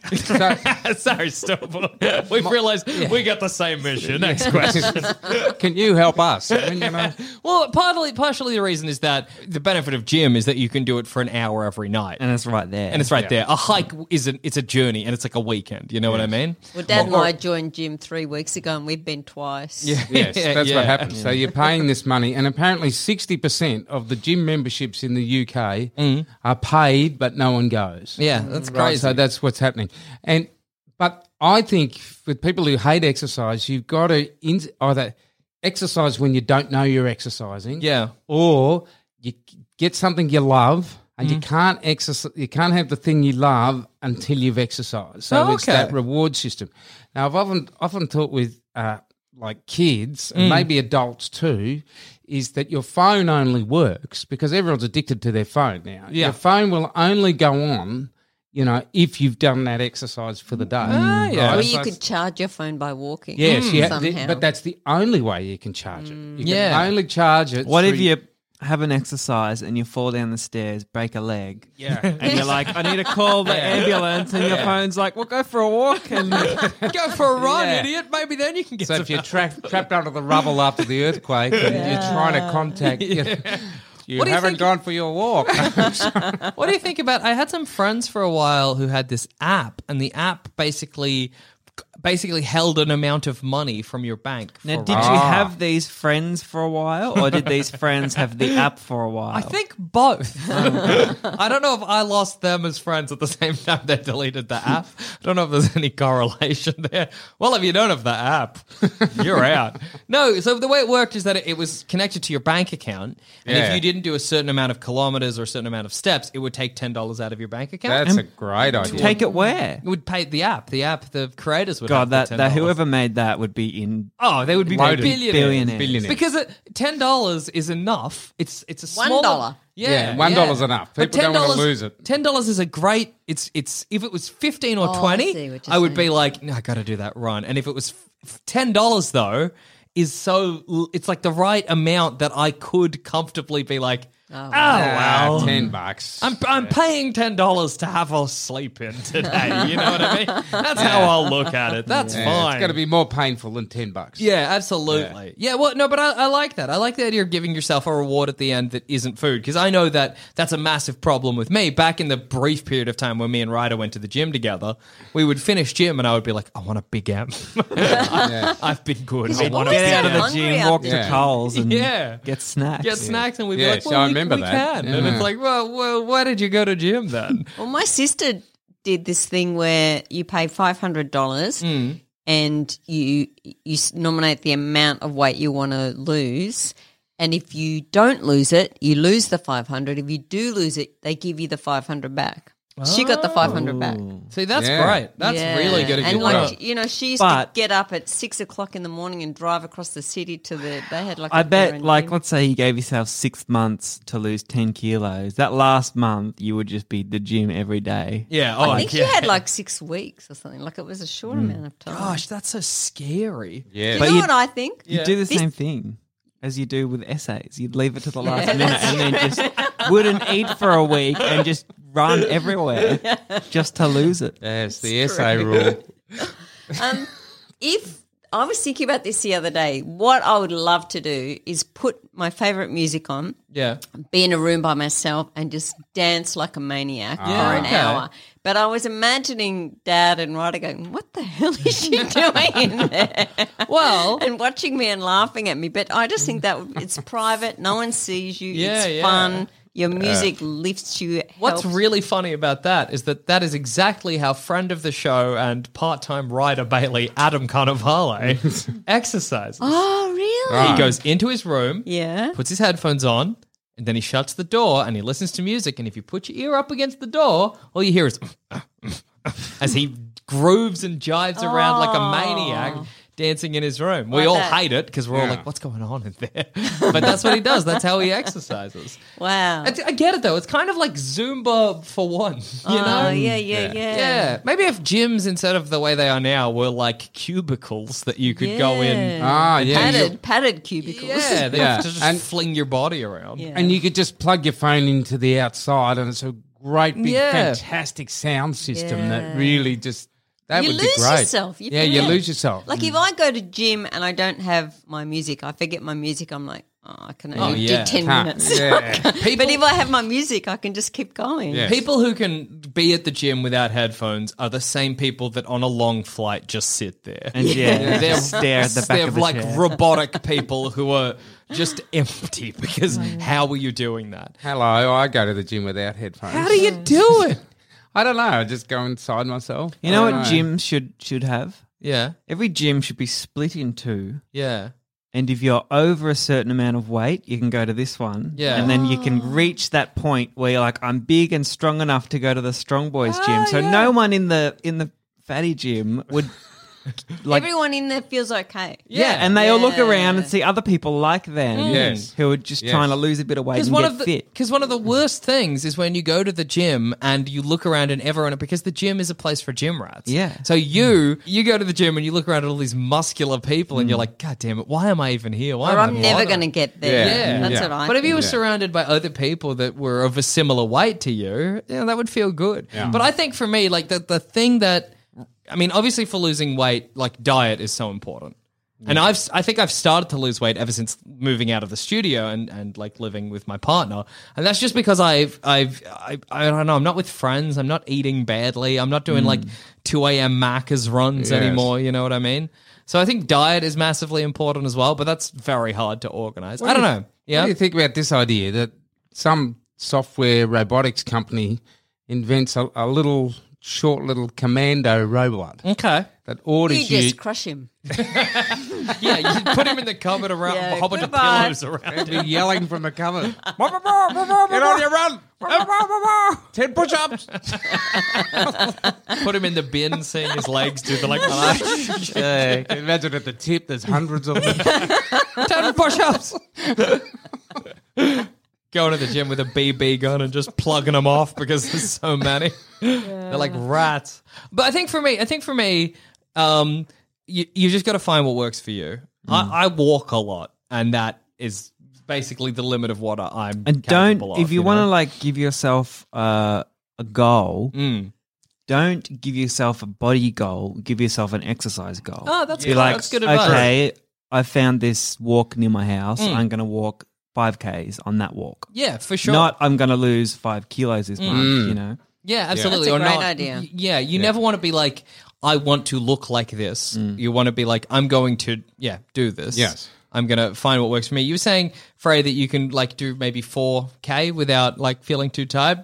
Speaker 7: So,
Speaker 6: Sorry, Stubble. We've realized we got the same mission. Next question.
Speaker 7: can you help us? I mean, you know,
Speaker 6: well, partly, partially the reason is that the benefit of gym is that you can do it for an hour every night.
Speaker 8: and it's right there.
Speaker 6: and it's right there. A hike isn't. It's a journey, and it's like a weekend. You know what I mean?
Speaker 9: Well, Dad and I joined gym three weeks ago, and we've been twice. Yeah.
Speaker 7: yes, that's
Speaker 6: Yeah.
Speaker 7: what happens. So you're paying this money, and apparently sixty percent of the gym memberships in the UK are paid, but no one goes.
Speaker 6: Mm. Yeah, that's crazy.
Speaker 7: Right, so that's what's happening. And but I think with people who hate exercise, you've got to in, either exercise when you don't know you're exercising,
Speaker 6: yeah,
Speaker 7: or you c- get something you love. And you can't exercise. You can't have the thing you love until you've exercised. So
Speaker 6: Oh,
Speaker 7: it's
Speaker 6: okay.
Speaker 7: that reward system. Now I've often often talked with uh, like kids and maybe adults too, is that your phone only works because everyone's addicted to their phone now.
Speaker 6: Yeah.
Speaker 7: Your phone will only go on, you know, if you've done that exercise for the day. Ah,
Speaker 9: Or you could charge your phone by walking. Hmm.
Speaker 7: Yes, yeah,
Speaker 9: somehow.
Speaker 7: th- but that's the only way you can charge it. You
Speaker 6: Yeah.
Speaker 7: can only charge it.
Speaker 8: what if
Speaker 7: through-
Speaker 8: you have an exercise and you fall down the stairs, break a leg.
Speaker 6: Yeah.
Speaker 8: And you're like, I need to call the ambulance, and your phone's like, well, go for a walk and
Speaker 6: Go for a run,
Speaker 8: Yeah.
Speaker 6: idiot. Maybe then you can get
Speaker 7: So
Speaker 6: some
Speaker 7: if you're tra- trapped under the rubble after the earthquake and you're trying to contact, you,
Speaker 6: What do you
Speaker 7: haven't
Speaker 6: think-
Speaker 7: gone for your walk.
Speaker 6: What do you think about? I had some friends for a while who had this app, and the app basically basically held an amount of money from your bank.
Speaker 8: Now,
Speaker 6: for-
Speaker 8: did you have these friends for a while, or did these friends have the app for a while?
Speaker 6: I think both. I don't know if I lost them as friends at the same time they deleted the app. I don't know if there's any correlation there. Well, if you don't have the app, you're out. No, so the way it worked is that it, it was connected to your bank account, and if
Speaker 7: Yeah.
Speaker 6: you didn't do a certain amount of kilometers or a certain amount of steps, it would take ten dollars out of your bank account.
Speaker 7: That's a great idea.
Speaker 8: Take it where?
Speaker 6: It would pay the app. The app, the creators would have
Speaker 8: God,
Speaker 6: the
Speaker 8: that, that
Speaker 6: $10.
Speaker 8: whoever made that would be in.
Speaker 6: Oh, they would be
Speaker 8: Loaded.
Speaker 6: billionaires.
Speaker 8: Billionaires.
Speaker 7: Billionaires.
Speaker 6: Because it, ten dollars is enough. It's it's a
Speaker 9: One
Speaker 6: small
Speaker 9: dollar.
Speaker 6: Yeah,
Speaker 7: Yeah, one dollar's enough.
Speaker 6: But
Speaker 7: People don't wanna
Speaker 6: $10
Speaker 7: lose it.
Speaker 6: Ten dollars is a great. It's it's if it was fifteen or
Speaker 9: Oh, I see
Speaker 6: twenty,
Speaker 9: what
Speaker 6: I,
Speaker 9: you're
Speaker 6: would be
Speaker 9: saying.
Speaker 6: like, no, I got to do that run. And if it was f- f- ten dollars though, is so l- it's like the right amount that I could comfortably be like, oh, wow,
Speaker 7: Ah, ten bucks.
Speaker 6: I'm, I'm paying ten dollars to have a sleep in today. You know what I mean? That's how I'll look at it. That's
Speaker 7: Yeah,
Speaker 6: fine.
Speaker 7: it's going to be more painful than ten bucks.
Speaker 6: Yeah, absolutely. Yeah, well, no, but I, I like that. I like the idea of giving yourself a reward at the end that isn't food because I know that that's a massive problem with me. Back in the brief period of time when me and Ryder went to the gym together, we would finish gym and I would be like, I want a big M. I, have been good. I want
Speaker 9: always
Speaker 6: a big
Speaker 8: Get out of
Speaker 6: M.
Speaker 8: the
Speaker 9: hungry
Speaker 8: gym,
Speaker 9: after
Speaker 8: walk
Speaker 7: that.
Speaker 8: to Coles, and
Speaker 6: Yeah.
Speaker 8: get snacks.
Speaker 6: Get snacks and we'd
Speaker 7: Yeah,
Speaker 6: be like,
Speaker 7: so
Speaker 6: well,
Speaker 7: I
Speaker 6: we,
Speaker 7: remember
Speaker 6: we
Speaker 7: that.
Speaker 6: can. And
Speaker 7: Yeah.
Speaker 6: it's like, well, well, why did you go to gym then?
Speaker 9: Well, my sister did this thing where you pay five hundred dollars
Speaker 8: Mm.
Speaker 9: and you you s- nominate the amount of weight you want to lose, and if you don't lose it, you lose the five hundred. If you do lose it, they give you the five hundred back. She got the five
Speaker 8: Oh.
Speaker 9: hundred back.
Speaker 6: See, that's
Speaker 7: Yeah.
Speaker 6: great. That's
Speaker 9: Yeah.
Speaker 6: really good of
Speaker 9: And
Speaker 6: you.
Speaker 9: like
Speaker 6: Laura.
Speaker 9: you know, she used to
Speaker 8: But-
Speaker 9: get up at six o'clock in the morning and drive across the city to the. They had like a
Speaker 8: I bet,
Speaker 9: parent
Speaker 8: like,
Speaker 9: gym.
Speaker 8: let's say you gave yourself six months to lose 10 kilos. That last month, you would just be at the gym every day.
Speaker 6: yeah, oh,
Speaker 9: I think
Speaker 6: yeah.
Speaker 9: she had like six weeks or something. Like it was a short amount of time.
Speaker 6: Gosh, that's so scary.
Speaker 7: yeah.
Speaker 9: you
Speaker 8: Mm. Oh, but
Speaker 9: know
Speaker 8: you-
Speaker 9: what I think?
Speaker 8: You do the
Speaker 9: This-
Speaker 8: same thing as you do with essays. You'd leave it to the last minute and then just wouldn't eat for a week and just run everywhere just to lose it.
Speaker 7: Yes, the essay rule.
Speaker 9: Um, if I was thinking about this the other day, what I would love to do is put my favorite music on,
Speaker 6: Yeah.
Speaker 9: be in a room by myself, and just dance like a maniac for
Speaker 6: Yeah,
Speaker 9: an
Speaker 6: Ah, okay.
Speaker 9: hour. But I was imagining Dad and Ryder going, "What the hell is she doing in there?"
Speaker 6: Well,
Speaker 9: and watching me and laughing at me. But I just think that would- it's private; no one sees you.
Speaker 6: Yeah,
Speaker 9: it's
Speaker 6: yeah.
Speaker 9: fun. Your music lifts you.
Speaker 6: What's
Speaker 9: helps.
Speaker 6: really funny about that is that that is exactly how friend of the show and part-time writer Bailey Adam Carnivale exercises.
Speaker 9: Oh, really?
Speaker 6: He goes into his room,
Speaker 9: Yeah.
Speaker 6: puts his headphones on, and then he shuts the door and he listens to music. And if you put your ear up against the door, all you hear is as he grooves and jives around like a maniac. Dancing in his room. We
Speaker 9: Ah. Like
Speaker 6: all
Speaker 9: that.
Speaker 6: hate it because we're all like, what's going on in there? But that's what he does. That's how he exercises.
Speaker 9: Wow.
Speaker 6: I, I get it though. It's kind of like Zumba for one, you know?
Speaker 9: Oh, yeah, yeah, yeah.
Speaker 6: Yeah. Maybe if gyms instead of the way they are now were like cubicles that you could go in.
Speaker 9: Yeah.
Speaker 7: Ah, yeah. you-
Speaker 9: Padded, padded cubicles.
Speaker 6: Yeah, they
Speaker 7: Yeah.
Speaker 6: have to just
Speaker 7: And-
Speaker 6: fling your body around.
Speaker 9: Yeah.
Speaker 7: And you could just plug your phone into the outside, and it's a great, big,
Speaker 6: Yeah.
Speaker 7: fantastic sound system that
Speaker 9: Yeah.
Speaker 7: really just that
Speaker 9: You
Speaker 7: would
Speaker 9: lose
Speaker 7: be great.
Speaker 9: yourself. You
Speaker 7: yeah, you
Speaker 9: forget.
Speaker 7: lose yourself.
Speaker 9: Like if I go to gym and I don't have my music, I forget my music. I'm like, oh, I can only
Speaker 6: yeah.
Speaker 9: do 10
Speaker 7: Huh,
Speaker 9: minutes.
Speaker 7: yeah.
Speaker 9: but if I have my music, I can just keep going.
Speaker 7: Yeah.
Speaker 6: People who can be at the gym without headphones are the same people that on a long flight just sit there.
Speaker 8: And yeah,
Speaker 6: They're-
Speaker 8: just stare at the back
Speaker 6: They're
Speaker 8: of the
Speaker 6: like
Speaker 8: chair.
Speaker 6: robotic people who are just empty because
Speaker 8: Oh,
Speaker 6: how are you doing that?
Speaker 7: Hello, I go to the gym without headphones.
Speaker 6: How do you do it?
Speaker 7: I don't know. I just go inside myself.
Speaker 8: You know
Speaker 7: I don't
Speaker 8: what gyms should should have?
Speaker 6: Yeah.
Speaker 8: Every gym should be split in two.
Speaker 6: Yeah.
Speaker 8: And if you're over a certain amount of weight, you can go to this one.
Speaker 6: Yeah. Ah.
Speaker 8: And then you can reach that point where you're like, I'm big and
Speaker 6: Ah,
Speaker 8: strong enough to go to the strong boys gym. So no one in the in the fatty gym would like
Speaker 9: Everyone in there feels okay.
Speaker 8: yeah, and they all look
Speaker 9: Yeah.
Speaker 8: around and see other people like them,
Speaker 7: Yes.
Speaker 8: who are just
Speaker 7: Yes.
Speaker 8: trying to lose a bit of weight
Speaker 6: Because
Speaker 8: and
Speaker 6: Mm. one
Speaker 8: get
Speaker 6: of the
Speaker 8: fit.
Speaker 6: because one of the worst things is when you go to the gym and you look around and everyone because the gym is a place for gym rats.
Speaker 8: Yeah.
Speaker 6: So you you go to the gym and you look around at all these muscular people and you're like, God damn it, why am I even here? Why
Speaker 9: Or
Speaker 6: am I
Speaker 9: I'm never
Speaker 6: bothered?"
Speaker 9: going to get there.
Speaker 6: Yeah.
Speaker 9: That's
Speaker 6: Yeah.
Speaker 9: what I
Speaker 6: But if you were
Speaker 9: think.
Speaker 6: surrounded by other people that were of a similar weight to you, you know, that would feel good. But I think for me, like the, the thing that, I mean, obviously for losing weight, like diet is so important. And I've, I think I've started to lose weight ever since moving out of the studio and, and like living with my partner. And that's just because I've, I've, I, I don't know, I'm not with friends. I'm not eating badly. I'm not
Speaker 7: Mm.
Speaker 6: doing like 2 a.m. Macca's runs anymore. You know what I mean? So I think diet is massively important as well, but that's very hard to organize. I don't know. Yeah.
Speaker 7: What do you think about this idea that some software robotics company invents a, a little short little commando robot
Speaker 6: Okay.
Speaker 7: that
Speaker 9: You
Speaker 7: orders you?
Speaker 9: just crush him.
Speaker 6: Yeah, you just put him in the cupboard around
Speaker 9: Yeah,
Speaker 6: a whole bunch of
Speaker 9: goodbye.
Speaker 6: pillows around him.
Speaker 7: You're yelling from the cover. Get on your run. Ten push-ups.
Speaker 6: Put him in the bin, seeing his legs do the like
Speaker 7: Yeah, can you imagine at the tip, there's hundreds of them.
Speaker 6: ten push-ups. Going to the gym with a BB gun and just plugging them off because there's so many. They're like rats. But I think for me, I think for me, um, you you just got to find what works for you.
Speaker 8: Hmm.
Speaker 6: I, I walk a lot, and that is basically the limit of what I- I'm.
Speaker 8: And
Speaker 6: capable
Speaker 8: don't
Speaker 6: of,
Speaker 8: if you, want
Speaker 6: know?
Speaker 8: to like give yourself uh, a goal,
Speaker 6: Mm.
Speaker 8: don't give yourself a body goal. Give yourself an exercise goal.
Speaker 6: Oh, that's
Speaker 8: Be
Speaker 6: good.
Speaker 8: like,
Speaker 6: That's good advice.
Speaker 8: Okay, I found this walk near my house. I'm going to walk five k's on that walk.
Speaker 6: yeah, for sure. Mm.
Speaker 8: Not I'm going to lose five kilos this month. You know.
Speaker 6: Yeah, absolutely.
Speaker 9: That's a
Speaker 6: or
Speaker 9: great
Speaker 6: not.
Speaker 9: idea.
Speaker 6: Y- Yeah, you never want to be like, I want to look like this. You want to be like, I'm going to, yeah, do this.
Speaker 7: Yes.
Speaker 6: I'm going to find what works for me. You were saying, Frey, that you can like do maybe 4K without like feeling too tired.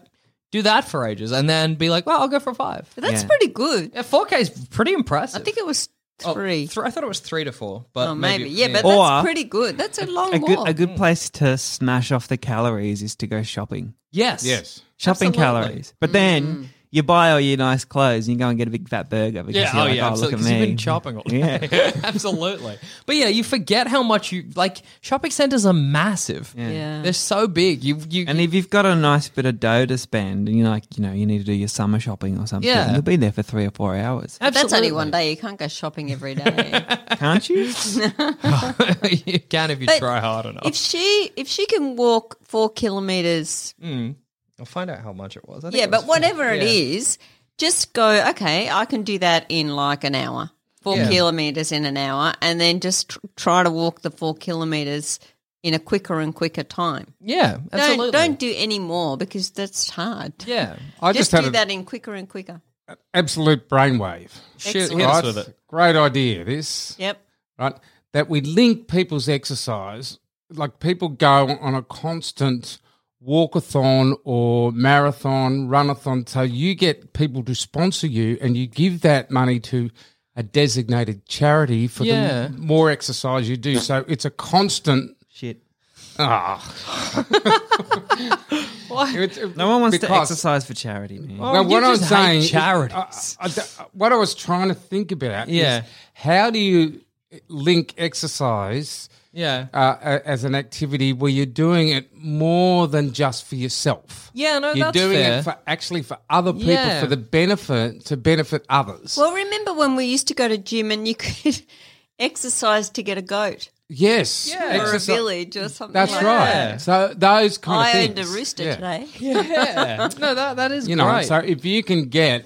Speaker 6: Do that for ages and then be like, well, I'll go for five.
Speaker 9: But that's pretty good.
Speaker 6: Yeah, 4K is pretty impressive.
Speaker 9: I think it was
Speaker 6: Oh,
Speaker 9: three.
Speaker 6: th- I thought it was three to four, but
Speaker 9: Oh, maybe. Yeah, but
Speaker 8: Or-
Speaker 9: that's pretty good. That's a long
Speaker 6: Mm.
Speaker 8: A good
Speaker 9: walk.
Speaker 8: a good place to smash off the calories is to go shopping.
Speaker 6: yes.
Speaker 7: Yes.
Speaker 8: Shopping
Speaker 6: Absolutely. Mm-hmm.
Speaker 8: calories. But then you buy all your nice clothes and you go and get a big fat burger because
Speaker 6: Yeah,
Speaker 8: you're
Speaker 6: oh
Speaker 8: like,
Speaker 6: yeah,
Speaker 8: oh,
Speaker 6: absolutely.
Speaker 8: look at
Speaker 6: 'cause
Speaker 8: me.
Speaker 6: You've been shopping all day. absolutely. But yeah, you forget how much you like. Shopping centers are massive.
Speaker 9: Yeah.
Speaker 6: They're so big. You you
Speaker 8: And if you've got a nice bit of dough to spend and you're like, you know, you need to do your summer shopping or something,
Speaker 6: Yeah.
Speaker 8: you'll be there for three or four hours.
Speaker 9: But that's only one day. You can't go shopping every day.
Speaker 8: Can't you?
Speaker 6: you can if you
Speaker 9: But
Speaker 6: try hard enough.
Speaker 9: if she if she can walk four kilometers,
Speaker 6: I'll find out how much it was. I think
Speaker 9: yeah,
Speaker 6: it was
Speaker 9: but whatever
Speaker 6: four.
Speaker 9: it
Speaker 6: Yeah.
Speaker 9: is, just go. Okay, I can do that in like an hour. Four
Speaker 6: Yeah.
Speaker 9: kilometers in an hour, and then just tr- try to walk the four kilometers in a quicker and quicker time.
Speaker 6: Yeah, absolutely.
Speaker 9: Don't don't do any more because that's hard.
Speaker 6: Yeah.
Speaker 7: I
Speaker 9: just,
Speaker 7: just, had
Speaker 9: do
Speaker 7: an
Speaker 9: that in quicker and quicker.
Speaker 7: absolute brainwave.
Speaker 6: Shoot, hit us
Speaker 7: Right?
Speaker 6: with it.
Speaker 7: Great idea. This.
Speaker 9: Yep.
Speaker 7: right? That we link people's exercise, like people go on a constant walkathon or marathon, runathon. So you get people to sponsor you and you give that money to a designated charity for
Speaker 6: Yeah.
Speaker 7: the m- more exercise you do. So it's a constant.
Speaker 8: Shit.
Speaker 7: Ah. It's-
Speaker 8: No one wants to
Speaker 7: because-
Speaker 8: exercise for charity, man.
Speaker 7: well,
Speaker 6: Oh, you
Speaker 7: what I was
Speaker 6: just hate
Speaker 7: saying,
Speaker 6: charities.
Speaker 7: I- I- I- what I was trying to think about
Speaker 6: Yeah.
Speaker 7: is how do you link exercise
Speaker 6: Yeah.
Speaker 7: uh, a- as an activity where you're doing it more than just for yourself.
Speaker 6: Yeah, no,
Speaker 7: you're
Speaker 6: that's
Speaker 7: doing
Speaker 6: fair.
Speaker 7: it for actually for other people
Speaker 6: Yeah.
Speaker 7: for the benefit to benefit others.
Speaker 9: Well, remember when we used to go to gym and you could exercise to get a goat
Speaker 7: yes,
Speaker 6: Yeah.
Speaker 9: or
Speaker 7: exercise-
Speaker 9: a village or something.
Speaker 7: That's
Speaker 9: like
Speaker 7: right.
Speaker 9: That.
Speaker 7: So those kind
Speaker 9: I
Speaker 7: of
Speaker 9: owned
Speaker 7: things.
Speaker 9: a rooster
Speaker 7: Yeah.
Speaker 9: today.
Speaker 6: yeah. No, that that is
Speaker 7: You know,
Speaker 6: great.
Speaker 7: so if you can get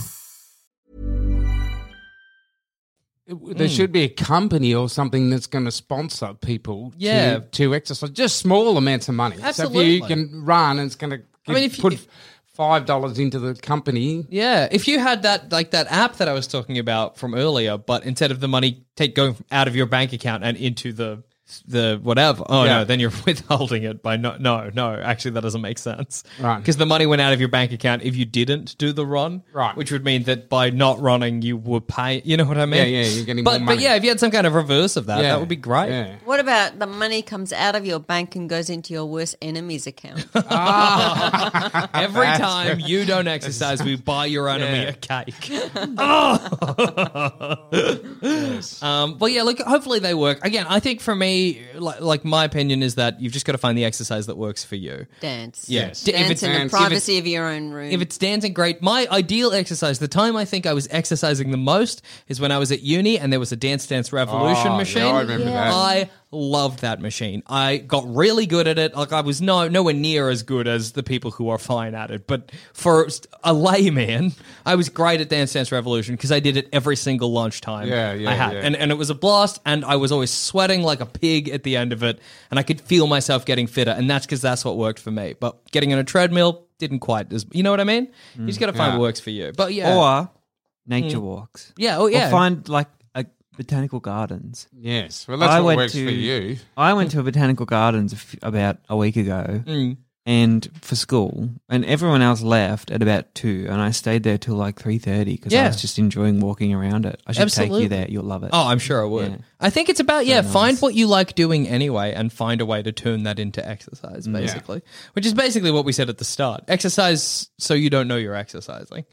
Speaker 6: Hmm.
Speaker 7: there should be a company or something that's going to sponsor people
Speaker 6: Yeah.
Speaker 7: to, to exercise just small amounts of money. So if
Speaker 6: Absolutely.
Speaker 7: you can run, it's going to
Speaker 6: I mean, if you-
Speaker 7: put
Speaker 6: if-
Speaker 7: five dollars into the company.
Speaker 6: Yeah, if you had that like that app that I was talking about from earlier, but instead of the money take going from- out of your bank account and into the the whatever, oh
Speaker 7: Yeah.
Speaker 6: no, then you're withholding it by no no no. Actually, that doesn't make sense,
Speaker 7: Right.
Speaker 6: Because the money went out of your bank account if you didn't do the run,
Speaker 7: Right.
Speaker 6: Which would mean that by not running, you were pay. You know what I mean?
Speaker 7: Yeah, yeah, you're getting
Speaker 6: But
Speaker 7: more
Speaker 6: but
Speaker 7: money.
Speaker 6: yeah, if you had some kind of reverse of that,
Speaker 7: Yeah.
Speaker 6: that would be great.
Speaker 7: Yeah.
Speaker 9: What about the money comes out of your bank and goes into your worst enemy's account?
Speaker 6: Every time you don't exercise, we buy your enemy a cake. oh! um, well, yeah, look, hopefully they work. Again, I think for me, like, like my opinion is that you've just got to find the exercise that works for you.
Speaker 9: Dance.
Speaker 6: Yes. If
Speaker 9: Dance
Speaker 6: it's-
Speaker 9: in the
Speaker 7: Dance.
Speaker 9: privacy of your own room.
Speaker 6: If it's dancing, great. My ideal exercise, the time I think I was exercising the most, is when I was at uni and there was a Dance Dance Revolution
Speaker 7: Oh, yeah,
Speaker 6: machine.
Speaker 7: I remember Yeah. that.
Speaker 6: I loved that machine. I got really good at it. Like I was no nowhere near as good as the people who are fine at it, but for a layman, I was great at Dance Dance Revolution because I did it every single lunchtime.
Speaker 7: Yeah, yeah,
Speaker 6: I had,
Speaker 7: yeah.
Speaker 6: and and it was a blast. And I was always sweating like a pig at the end of it, and I could feel myself getting fitter, and that's because that's what worked for me. But getting on a treadmill didn't quite as you know what I mean. you just got to find what works for you. But yeah,
Speaker 8: Or nature walks.
Speaker 6: yeah, oh yeah,
Speaker 8: Or find like a botanical gardens.
Speaker 7: Yes. Well, that's what works for you.
Speaker 8: I went to a botanical gardens a f- about a week ago,
Speaker 6: Mm.
Speaker 8: and for school, and everyone else left at about two, and I stayed there till like three thirty because
Speaker 6: Yeah.
Speaker 8: I was just enjoying walking around it. I should take
Speaker 6: Absolutely.
Speaker 8: you there; you'll love it.
Speaker 6: Oh, I'm sure I would.
Speaker 8: Yeah.
Speaker 6: I think it's about yeah, find what you like doing anyway, and find a way to turn that into exercise,
Speaker 8: Mm.
Speaker 6: basically, which is basically what we said at the start. Exercise so you don't know you're exercising.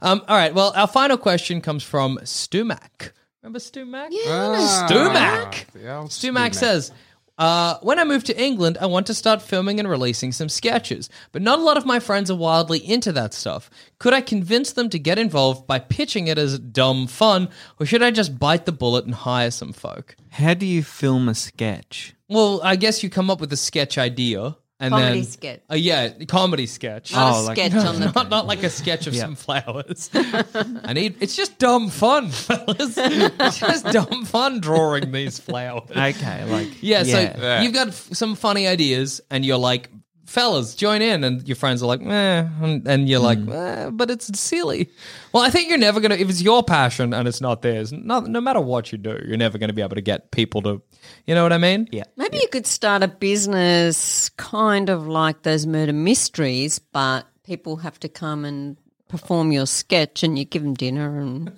Speaker 6: Um, all right. Well, our final question comes from Stumac. Remember Stumac?
Speaker 7: Ah,
Speaker 6: Stumac.
Speaker 7: the old
Speaker 6: Stumac says, uh, when I moved to England, I want to start filming and releasing some sketches, but not a lot of my friends are wildly into that stuff. Could I convince them to get involved by pitching it as dumb fun, or should I just bite the bullet and hire some folk?
Speaker 8: How do you film a sketch?
Speaker 6: Well, I guess you come up with a sketch idea. And
Speaker 9: Comedy
Speaker 6: then,
Speaker 9: sketch.
Speaker 6: Uh, yeah, comedy sketch.
Speaker 9: not
Speaker 8: Oh,
Speaker 9: a
Speaker 8: like-
Speaker 9: sketch on the.
Speaker 6: Not, not like a sketch of some flowers. I need. It's just dumb fun, fellas. It's just dumb fun drawing these flowers.
Speaker 8: Okay, like
Speaker 6: Yeah, so
Speaker 8: Yeah.
Speaker 6: you've got f- some funny ideas, and you're like, fellas, join in. And your friends are like, meh. And, and you're
Speaker 8: Hmm.
Speaker 6: like, eh, but it's silly. Well, I think you're never going to, if it's your passion and it's not theirs, no, no matter what you do, you're never going to be able to get people to, you know what I mean? Yeah.
Speaker 9: Maybe you could start a business kind of like those murder mysteries, but people have to come and perform your sketch and you give them dinner and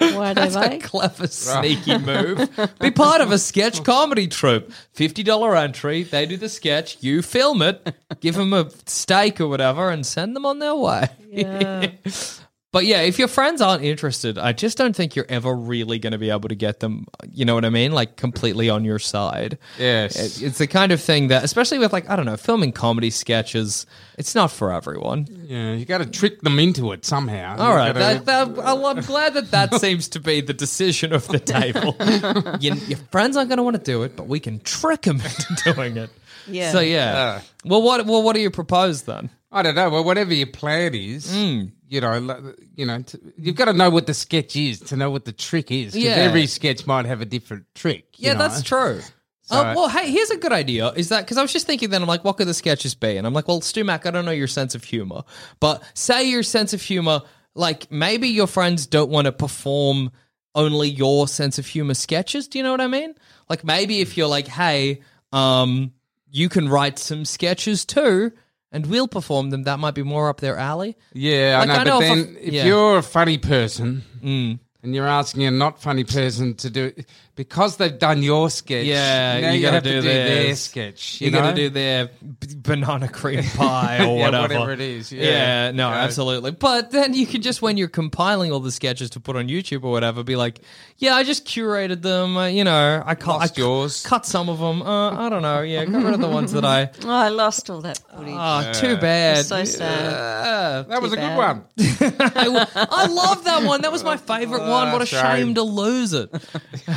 Speaker 6: That's
Speaker 9: whatever.
Speaker 6: a clever, sneaky move. Be part of a sketch comedy troupe. $50 entry. They do the sketch. You film it. Give them a steak or whatever and send them on their way. but yeah, if your friends aren't interested, I just don't think you're ever really going to be able to get them, you know what I mean? Like completely on your side.
Speaker 7: Yes.
Speaker 6: It- It's the kind of thing that, especially with like, I don't know, filming comedy sketches, it's not for everyone.
Speaker 7: Yeah, you got to trick them into it somehow.
Speaker 6: All
Speaker 7: You
Speaker 6: right,
Speaker 7: gotta-
Speaker 6: that, that, well, I'm glad that that seems to be the decision of the table. your, your friends aren't going to want to do it, but we can trick them into doing it.
Speaker 9: Yeah.
Speaker 6: So yeah. well, what well what do you propose then?
Speaker 7: I don't know. Well, whatever your plan is,
Speaker 6: Hmm.
Speaker 7: you know, like, you know, t you've got to know what the sketch is to know what the trick is. 'cause
Speaker 6: Yeah.
Speaker 7: every sketch might have a different trick. you
Speaker 6: Yeah,
Speaker 7: know.
Speaker 6: that's true. oh, well, hey, here's a good idea. Is that because I was just thinking then, I'm like, what could the sketches be? And I'm like, well, Stumac, I don't know your sense of humor, but say your sense of humor, like maybe your friends don't want to perform only your sense of humor sketches. Do you know what I mean? Like maybe if you're like, hey, um, you can write some sketches too, and we'll perform them, that might be more up their alley.
Speaker 7: Yeah,
Speaker 6: Like,
Speaker 7: I know.
Speaker 6: I know
Speaker 7: but
Speaker 6: if I-
Speaker 7: then, if
Speaker 6: yeah. Mm.
Speaker 7: you're a funny person and you're asking a not funny person to do it because they've done your sketch,
Speaker 6: Yeah,
Speaker 7: now
Speaker 6: you
Speaker 7: you,
Speaker 6: gotta
Speaker 7: have
Speaker 6: do
Speaker 7: to do their
Speaker 6: theirs.
Speaker 7: sketch. You,
Speaker 6: You, got
Speaker 7: know?
Speaker 6: to do their b- banana cream pie or
Speaker 7: Yeah,
Speaker 6: whatever.
Speaker 7: whatever it is, yeah.
Speaker 6: no,
Speaker 7: Yeah.
Speaker 6: absolutely. But then you could just, when you're compiling all the sketches to put on YouTube or whatever, be like, yeah, I just curated them. Uh, you know, I cut, I
Speaker 7: Lost yours.
Speaker 6: cut some of them. Uh, I don't know. Yeah, got rid of the ones that I.
Speaker 9: oh, I lost all that footage.
Speaker 6: Oh, too bad.
Speaker 9: so sad.
Speaker 6: Yeah.
Speaker 7: That was a good
Speaker 9: bad.
Speaker 7: one.
Speaker 6: I, I love that one. That was my favorite one. What a
Speaker 7: shame.
Speaker 6: shame to lose it.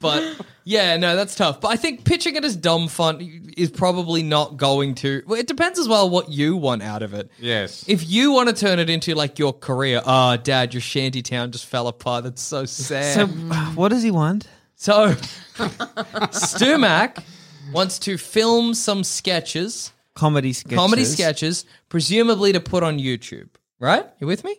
Speaker 6: But yeah, no, that's tough. But I think pitching it as dumb fun is probably not going to. Well, it depends as well what you want out of it.
Speaker 7: Yes.
Speaker 6: If you want to turn it into like your career, oh, dad, your shanty town just fell apart. That's so sad.
Speaker 8: So,
Speaker 6: Mm.
Speaker 8: what does he want?
Speaker 6: So, Stumac wants to film some sketches
Speaker 8: comedy sketches.
Speaker 6: comedy sketches, presumably to put on YouTube. Right? You with me?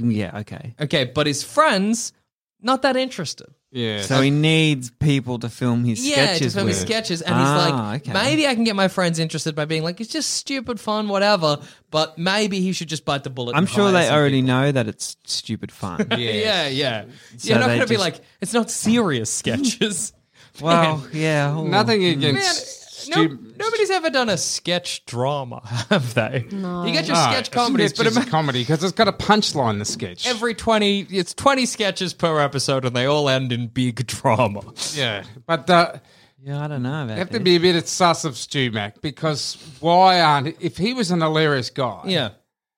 Speaker 8: Mm, Yeah, okay.
Speaker 6: Okay, but his friends not that interested.
Speaker 7: Yeah.
Speaker 8: So he needs people to film his
Speaker 6: Yeah,
Speaker 8: sketches.
Speaker 6: just filming
Speaker 8: with.
Speaker 6: sketches, and
Speaker 8: Ah,
Speaker 6: he's like,
Speaker 8: okay.
Speaker 6: maybe I can get my friends interested by being like, it's just stupid fun, whatever. But maybe he should just bite the bullet.
Speaker 8: I'm
Speaker 6: and
Speaker 8: sure
Speaker 6: hire
Speaker 8: they
Speaker 6: some
Speaker 8: already know that it's stupid fun.
Speaker 6: people. yeah, yeah.
Speaker 8: So
Speaker 6: You're not
Speaker 8: they
Speaker 6: going to be
Speaker 8: just-
Speaker 6: like, it's not serious sketches.
Speaker 8: Well,
Speaker 6: Man.
Speaker 8: yeah. oh.
Speaker 7: Nothing
Speaker 6: Mm. Man,
Speaker 7: against
Speaker 6: no,
Speaker 7: stu-
Speaker 6: nobody's ever done a sketch drama, have they? No. You get your
Speaker 7: No,
Speaker 6: sketch comedies,
Speaker 7: sketch
Speaker 6: but
Speaker 7: is
Speaker 6: imagine
Speaker 7: comedy because it's got a punchline. The sketch.
Speaker 6: every 20, it's 20 sketches per episode, and they all end in big drama.
Speaker 7: yeah, but uh,
Speaker 8: yeah, I don't know about
Speaker 7: you have to
Speaker 8: that.
Speaker 7: be a bit sus of Stu Mac because why aren't? If he was an hilarious guy,
Speaker 6: Yeah.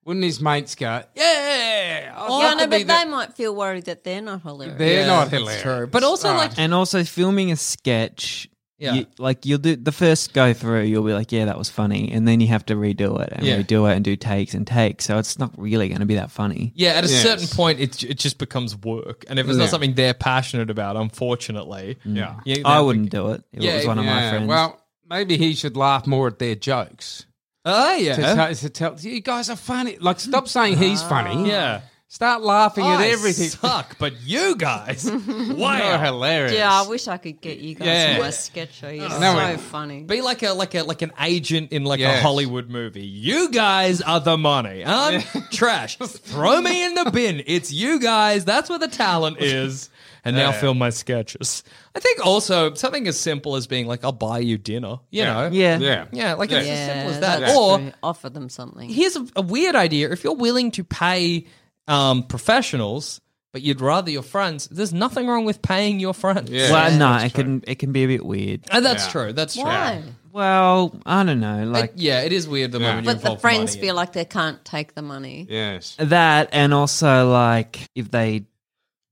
Speaker 7: wouldn't his mates go? Yeah, I'd
Speaker 9: yeah,
Speaker 7: like
Speaker 9: no,
Speaker 7: to be
Speaker 9: but
Speaker 7: that-"
Speaker 9: they might feel worried that they're not hilarious.
Speaker 7: They're
Speaker 6: Yeah,
Speaker 7: not
Speaker 6: that's
Speaker 7: hilarious.
Speaker 6: true. But also,
Speaker 7: Ah.
Speaker 6: like,
Speaker 8: and also filming a sketch.
Speaker 6: Yeah.
Speaker 8: you- like you'll do the first go through, you'll be like, "Yeah, that was funny," and then you have to redo it and
Speaker 6: Yeah.
Speaker 8: redo it and do takes and takes. So it's not really going to be that funny.
Speaker 6: Yeah, at a
Speaker 7: Yes.
Speaker 6: certain point, it it just becomes work, and if it's not something they're passionate about, unfortunately,
Speaker 7: yeah,
Speaker 6: you- they
Speaker 8: I
Speaker 6: have to-
Speaker 8: wouldn't do it. If
Speaker 6: Yeah,
Speaker 8: it was one of my
Speaker 7: Yeah,
Speaker 8: friends.
Speaker 7: Well, maybe he should laugh more at their jokes.
Speaker 6: Oh
Speaker 7: To,
Speaker 6: yeah,
Speaker 7: tell- to tell you guys are funny. Like, stop saying he's funny.
Speaker 6: yeah. Oh,
Speaker 7: Start laughing at
Speaker 6: I
Speaker 7: everything.
Speaker 6: suck, but you guys,
Speaker 7: You're
Speaker 6: wow,
Speaker 7: hilarious.
Speaker 9: yeah, I wish I could get you guys
Speaker 7: Yeah.
Speaker 9: on my sketch show. You're
Speaker 7: No,
Speaker 9: so
Speaker 7: we-
Speaker 9: funny.
Speaker 6: be like a like a like an agent in like a
Speaker 7: Yes.
Speaker 6: Hollywood movie. You guys are the money. I'm trash. Throw me in the bin. It's you guys. That's where the talent is. And now film my sketches. I think also something as simple as being like, I'll buy you dinner. You know,
Speaker 8: yeah,
Speaker 7: Yeah.
Speaker 6: yeah, like it's as simple as that.
Speaker 9: that's
Speaker 6: Or
Speaker 9: true. offer them something.
Speaker 6: here's a, a weird idea. If you're willing to pay um, professionals, but you'd rather your friends, there's nothing wrong with paying your friends.
Speaker 7: Yeah.
Speaker 8: Well, no, it can it can be a bit weird.
Speaker 6: And that's
Speaker 7: Yeah.
Speaker 6: true. That's true.
Speaker 9: Why?
Speaker 8: Well, I don't know,
Speaker 6: It-
Speaker 8: like
Speaker 6: yeah, it is weird the
Speaker 7: Yeah.
Speaker 6: moment you
Speaker 9: But the
Speaker 6: involve
Speaker 9: friends
Speaker 6: money
Speaker 9: feel
Speaker 6: in-
Speaker 9: like they can't take the money.
Speaker 7: Yes.
Speaker 8: that, and also like if they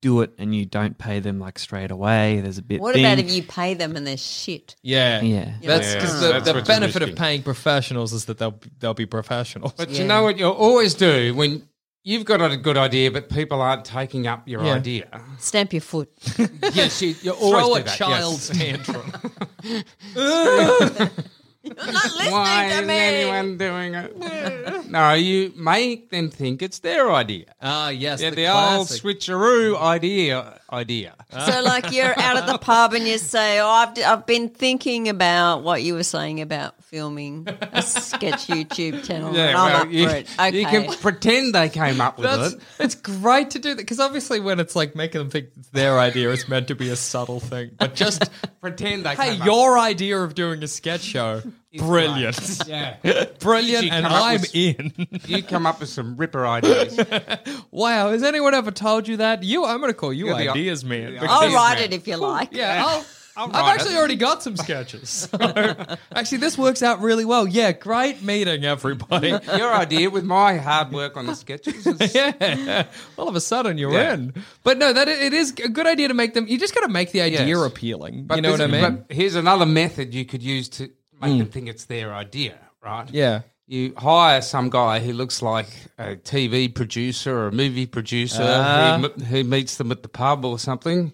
Speaker 8: do it and you don't pay them like straight away, there's a bit.
Speaker 9: What
Speaker 8: thing.
Speaker 9: about if you pay them and they're shit?
Speaker 6: yeah,
Speaker 8: Yeah.
Speaker 6: That's
Speaker 7: Yeah,
Speaker 6: because
Speaker 7: that's
Speaker 6: the, the
Speaker 7: what's
Speaker 6: benefit of
Speaker 7: risky.
Speaker 6: paying professionals is that they'll they'll be professionals.
Speaker 7: But
Speaker 9: Yeah.
Speaker 7: you know what you'll always do when you've got a good idea, but people aren't taking up your
Speaker 6: Yeah.
Speaker 7: idea.
Speaker 9: Stamp your foot.
Speaker 7: Yes, you, you always
Speaker 6: Throw
Speaker 7: do
Speaker 6: a
Speaker 7: that,
Speaker 6: child's
Speaker 7: Yes.
Speaker 6: tantrum.
Speaker 9: I'm not listening
Speaker 7: Why
Speaker 9: to
Speaker 7: is
Speaker 9: me.
Speaker 7: anyone doing it? no, you make them think it's their idea.
Speaker 6: Ah, yes,
Speaker 7: Yeah,
Speaker 6: the,
Speaker 7: the, old
Speaker 6: classic.
Speaker 7: switcheroo idea. Idea.
Speaker 9: So, like, you're out at the pub and you say, "Oh, I've, I've been thinking about what you were saying about filming a sketch YouTube channel, and I'm up
Speaker 7: you,
Speaker 9: for it." Okay,
Speaker 7: you can pretend they came up with
Speaker 6: That's,
Speaker 7: it.
Speaker 6: it's great to do that because obviously when it's like making them think it's their idea, it's meant to be a subtle thing. But just
Speaker 7: Pretend they
Speaker 6: hey,
Speaker 7: came up
Speaker 6: your idea of doing a sketch show, brilliant,
Speaker 7: with it. Yeah.
Speaker 6: brilliant,
Speaker 7: Easy
Speaker 6: and
Speaker 7: come up
Speaker 6: I'm
Speaker 7: with-
Speaker 6: in.
Speaker 7: You come up with some ripper ideas.
Speaker 6: wow, has anyone ever told you that? You, I'm going to call you
Speaker 7: You're the-
Speaker 6: ideas man.
Speaker 7: the-
Speaker 6: because-
Speaker 9: I'll
Speaker 7: Yes,
Speaker 9: write
Speaker 7: ma'am.
Speaker 9: it if you like.
Speaker 6: yeah, I'll. I've
Speaker 7: write
Speaker 6: actually
Speaker 7: it.
Speaker 6: already got some sketches. So, actually, this works out really well. Yeah, great meeting, everybody.
Speaker 7: Your idea with my hard work on the sketches. Is,
Speaker 6: yeah. All of a sudden, you're
Speaker 7: Yeah.
Speaker 6: in. But no, that it is a good idea to make them. You just got to make the idea
Speaker 7: Yes.
Speaker 6: appealing. you know what
Speaker 7: this-
Speaker 6: I mean?
Speaker 7: But here's another method you could use to make them think it's their idea, right?
Speaker 6: yeah.
Speaker 7: You hire some guy who looks like a TV producer or a movie producer who, m- who meets them at the pub or something.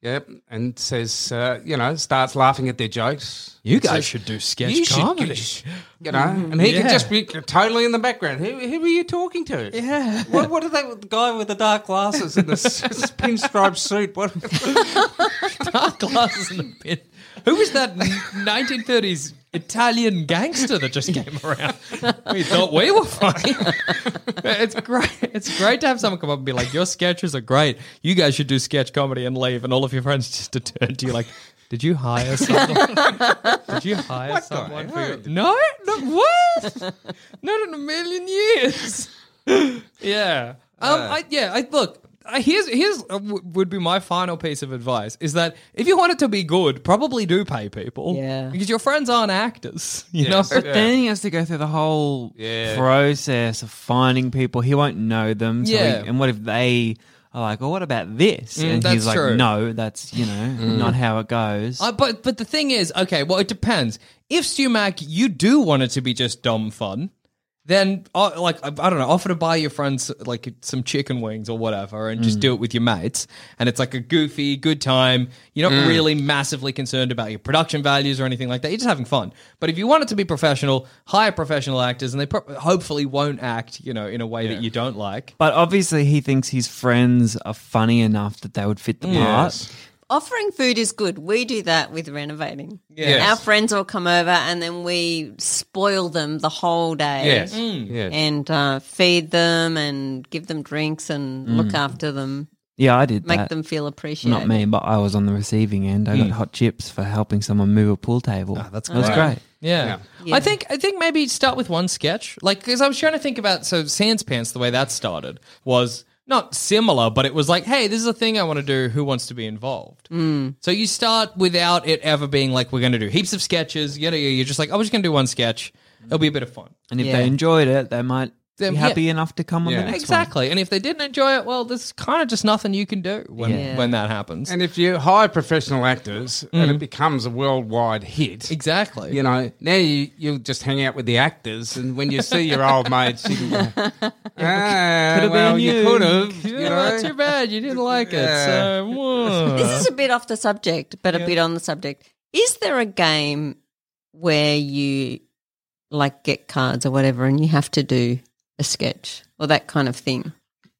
Speaker 7: Yep, and says, uh, you know, starts laughing at their jokes.
Speaker 6: You guys should do sketch
Speaker 7: you
Speaker 6: comedy.
Speaker 7: Should, you know, and he
Speaker 6: Mm-hmm. Yeah.
Speaker 7: can just be totally in the background. Who, who are you talking to? Yeah. What, what are they? The guy with the dark glasses and the s- pinstripe suit. What?
Speaker 6: dark glasses and a pin. Who was that 1930s Italian gangster that just came around? We thought we were funny. it's great. It's great to have someone come up and be like, "Your sketches are great. You guys should do sketch comedy and leave." And all of your friends just to turn to you like, "Did you hire someone? Did you hire someone for your- No, no, what? Not in a million years." Yeah. Um. I, yeah. I look. I, here's here's uh, w- would be my final piece of advice is that if you want it to be good, probably do pay people.
Speaker 9: Yeah.
Speaker 6: Because your friends aren't actors. You
Speaker 7: Yes.
Speaker 6: know.
Speaker 8: But then he has to go through the whole
Speaker 7: Yeah.
Speaker 8: process of finding people. He won't know them. So
Speaker 6: Yeah. Mm,
Speaker 8: he- and what if they are like, well, what about this? and
Speaker 6: that's
Speaker 8: he's like,
Speaker 6: true. Mm.
Speaker 8: no, that's, you know, not how it goes.
Speaker 6: Uh, but but the thing is, okay. Well, it depends. If Sumac, you do want it to be just dumb fun. then uh, like I I don't know, offer to buy your friends like some chicken wings or whatever, and just
Speaker 8: Mm.
Speaker 6: do it with your mates. And it's like a goofy, good time. You're not
Speaker 8: Mm.
Speaker 6: really massively concerned about your production values or anything like that. You're just having fun. But if you want it to be professional, hire professional actors, and they pro- hopefully won't act, you know, in a way that you don't like.
Speaker 8: But obviously, he thinks his friends are funny enough that they would fit the
Speaker 6: Yes.
Speaker 8: part.
Speaker 9: Offering food is good. We do that with renovating.
Speaker 8: Yes.
Speaker 9: Our friends all come over and then we spoil them the whole day.
Speaker 8: Yes. Mm. Yes.
Speaker 9: And uh, feed them and give them drinks and look
Speaker 8: Mm.
Speaker 9: after them.
Speaker 8: Yeah, I did
Speaker 9: Make
Speaker 8: that.
Speaker 9: them feel appreciated.
Speaker 8: Not me, but I was on the receiving end. I got
Speaker 6: Mm. Ah,
Speaker 8: hot chips for helping someone move a pool table.
Speaker 6: that's
Speaker 8: That was
Speaker 6: great.
Speaker 8: great.
Speaker 6: Yeah.
Speaker 9: Yeah.
Speaker 6: I think I think maybe start with one sketch. Like because I was trying to think about so Sans Pants, the way that started was not similar, but it was like, hey, this is a thing I want to do. Who wants to be involved?
Speaker 9: Mm.
Speaker 6: So you start without it ever being like we're going to do heaps of sketches. You know, you're just like, I'm just going to do one sketch. It'll be a bit of fun.
Speaker 8: And if they enjoyed it, they might
Speaker 6: Then,
Speaker 8: be
Speaker 6: yeah.
Speaker 8: happy enough to come on the
Speaker 6: Yeah.
Speaker 8: next
Speaker 6: exactly. And if they didn't enjoy it, well, there's kind of just nothing you can do when
Speaker 8: Yeah.
Speaker 6: when that happens.
Speaker 7: And if you hire professional actors and
Speaker 6: Mm.
Speaker 7: it becomes a worldwide hit,
Speaker 6: exactly.
Speaker 7: You know, now you you'll just hang out with the actors, and when you see your old mates, you can go, ah,
Speaker 6: Could've
Speaker 7: well,
Speaker 6: been
Speaker 7: you,
Speaker 6: you.
Speaker 7: could have.
Speaker 6: Yeah, not too bad. You didn't like it. So whoa.
Speaker 9: This is a bit off the subject, but a bit on the subject. Is there a game where you like get cards or whatever and you have to do a sketch or that kind of thing?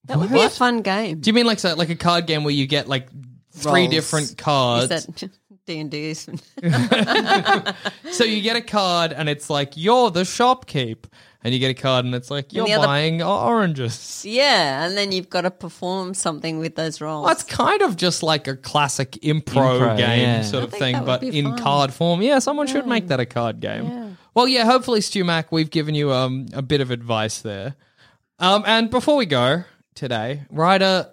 Speaker 9: That would be a
Speaker 6: What?
Speaker 9: fun game.
Speaker 6: Do you mean like so, like a card game where you get like three
Speaker 9: Rolls.
Speaker 6: different cards?
Speaker 9: Is that D&D?
Speaker 6: so you get a card and it's like you're the shopkeep, and you get a card and it's like
Speaker 9: And
Speaker 6: you're
Speaker 9: the other-
Speaker 6: buying o- oranges.
Speaker 9: yeah, and then you've got to perform something with those rolls.
Speaker 6: Well, it's kind of just like a classic impro,
Speaker 8: Impro,
Speaker 6: game
Speaker 8: yeah.
Speaker 6: sort
Speaker 8: I
Speaker 6: of
Speaker 8: think
Speaker 6: thing,
Speaker 8: that would
Speaker 6: but
Speaker 8: be
Speaker 6: in
Speaker 8: fun.
Speaker 6: card form. Yeah, someone should make that a card game. Well, yeah. Hopefully, Stu Mac, we've given you um a bit of advice there. Um, and before we go today, Ryder,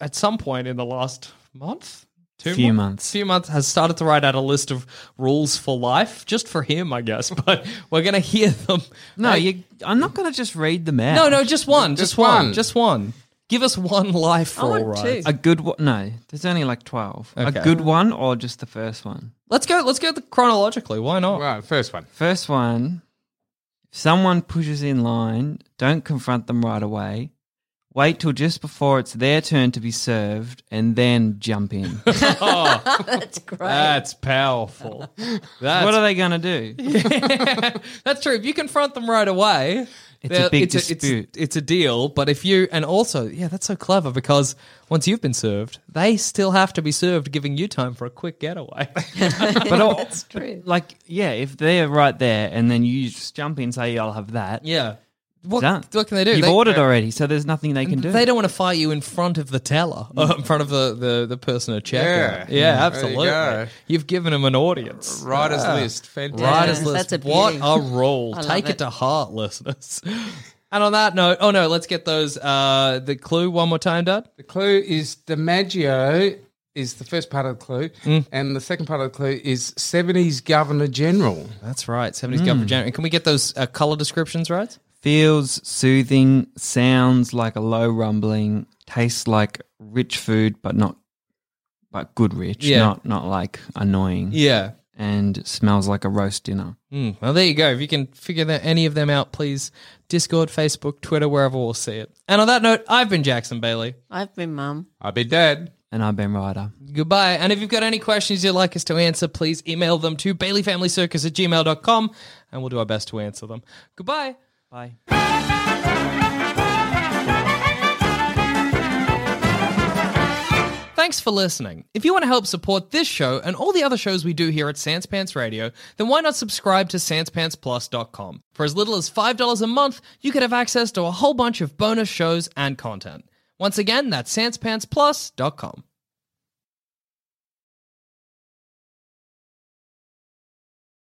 Speaker 6: at some point in the last month, two
Speaker 8: Few
Speaker 6: mon-
Speaker 8: months.
Speaker 6: few months has started to write out a list of rules for life, just for him, I guess. But we're gonna hear them.
Speaker 8: No,
Speaker 6: Like-
Speaker 8: you, I'm not going to just read them out.
Speaker 6: no, no, just one, just,
Speaker 8: Just
Speaker 6: one,
Speaker 8: one.
Speaker 6: just one. Give us one life
Speaker 8: I
Speaker 6: rule,
Speaker 8: want
Speaker 6: right?
Speaker 8: A good one? No, there's only like 12.
Speaker 6: Okay.
Speaker 8: A good one or just the first one?
Speaker 6: Let's go. Let's go chronologically. Why not?
Speaker 7: Right, first one.
Speaker 8: First one if someone pushes in line, don't confront them right away. Wait till just before it's their turn to be served and then jump in.
Speaker 9: That's great.
Speaker 6: That's powerful. That's,
Speaker 8: what are they going to do?
Speaker 6: That's true. If you confront them right away,
Speaker 8: It's
Speaker 6: they're-
Speaker 8: a big
Speaker 6: it's
Speaker 8: dispute.
Speaker 6: it's, it's a deal. But if you and also, yeah, that's so clever because once you've been served, they still have to be served, giving you time for a quick getaway.
Speaker 8: But all-
Speaker 9: That's true.
Speaker 8: like, yeah, if they're right there and then you just jump in, say, I'll have that.
Speaker 6: yeah. What,
Speaker 8: done.
Speaker 6: what can they do?
Speaker 8: You've
Speaker 6: They-
Speaker 8: ordered already, so there's nothing they can do.
Speaker 6: They don't want to fire you in front of the teller, uh, in front of the, the, the person at checkout. Yeah,
Speaker 7: Yeah. There you
Speaker 6: absolutely.
Speaker 7: go.
Speaker 6: you have given them an audience.
Speaker 7: Writer's list, fantastic.
Speaker 6: Writer's
Speaker 9: Yeah,
Speaker 6: list.
Speaker 9: that's a
Speaker 6: what
Speaker 9: beauty.
Speaker 6: a role.
Speaker 9: I love
Speaker 6: Take it.
Speaker 9: it.
Speaker 6: to heart, listeners. and on that note, oh no, let's get those uh, the clue one more time, Dad.
Speaker 7: The clue is DiMaggio is the first part of the clue,
Speaker 6: Mm.
Speaker 7: and the second part of the clue is seventies Governor General.
Speaker 6: That's right, seventies Governor General. And can we get those uh, color descriptions right?
Speaker 8: Feels soothing, sounds like a low rumbling, tastes like rich food, but not like good rich,
Speaker 6: Yeah.
Speaker 8: not not like annoying.
Speaker 6: Yeah.
Speaker 8: And smells like a roast dinner.
Speaker 6: Mm, well, there you go. If you can figure that, any of them out, please Discord, Facebook, Twitter, wherever we'll see it. And on that note, I've been Jackson Bailey.
Speaker 9: I've been mum.
Speaker 7: I be dead.
Speaker 8: And I've been Ryder.
Speaker 6: Goodbye. And if you've got any questions you'd like us to answer, please email them to baileyfamilycircus at gmail.com and we'll do our best to answer them. Goodbye.
Speaker 8: Bye.
Speaker 6: Thanks for listening. If you want to help support this show and all the other shows we do here at Sans Pants Radio, then why not subscribe to SansPantsPlus.com? For as little as $5 a month, you could have access to a whole bunch of bonus shows and content. Once again, that's SansPantsPlus.com.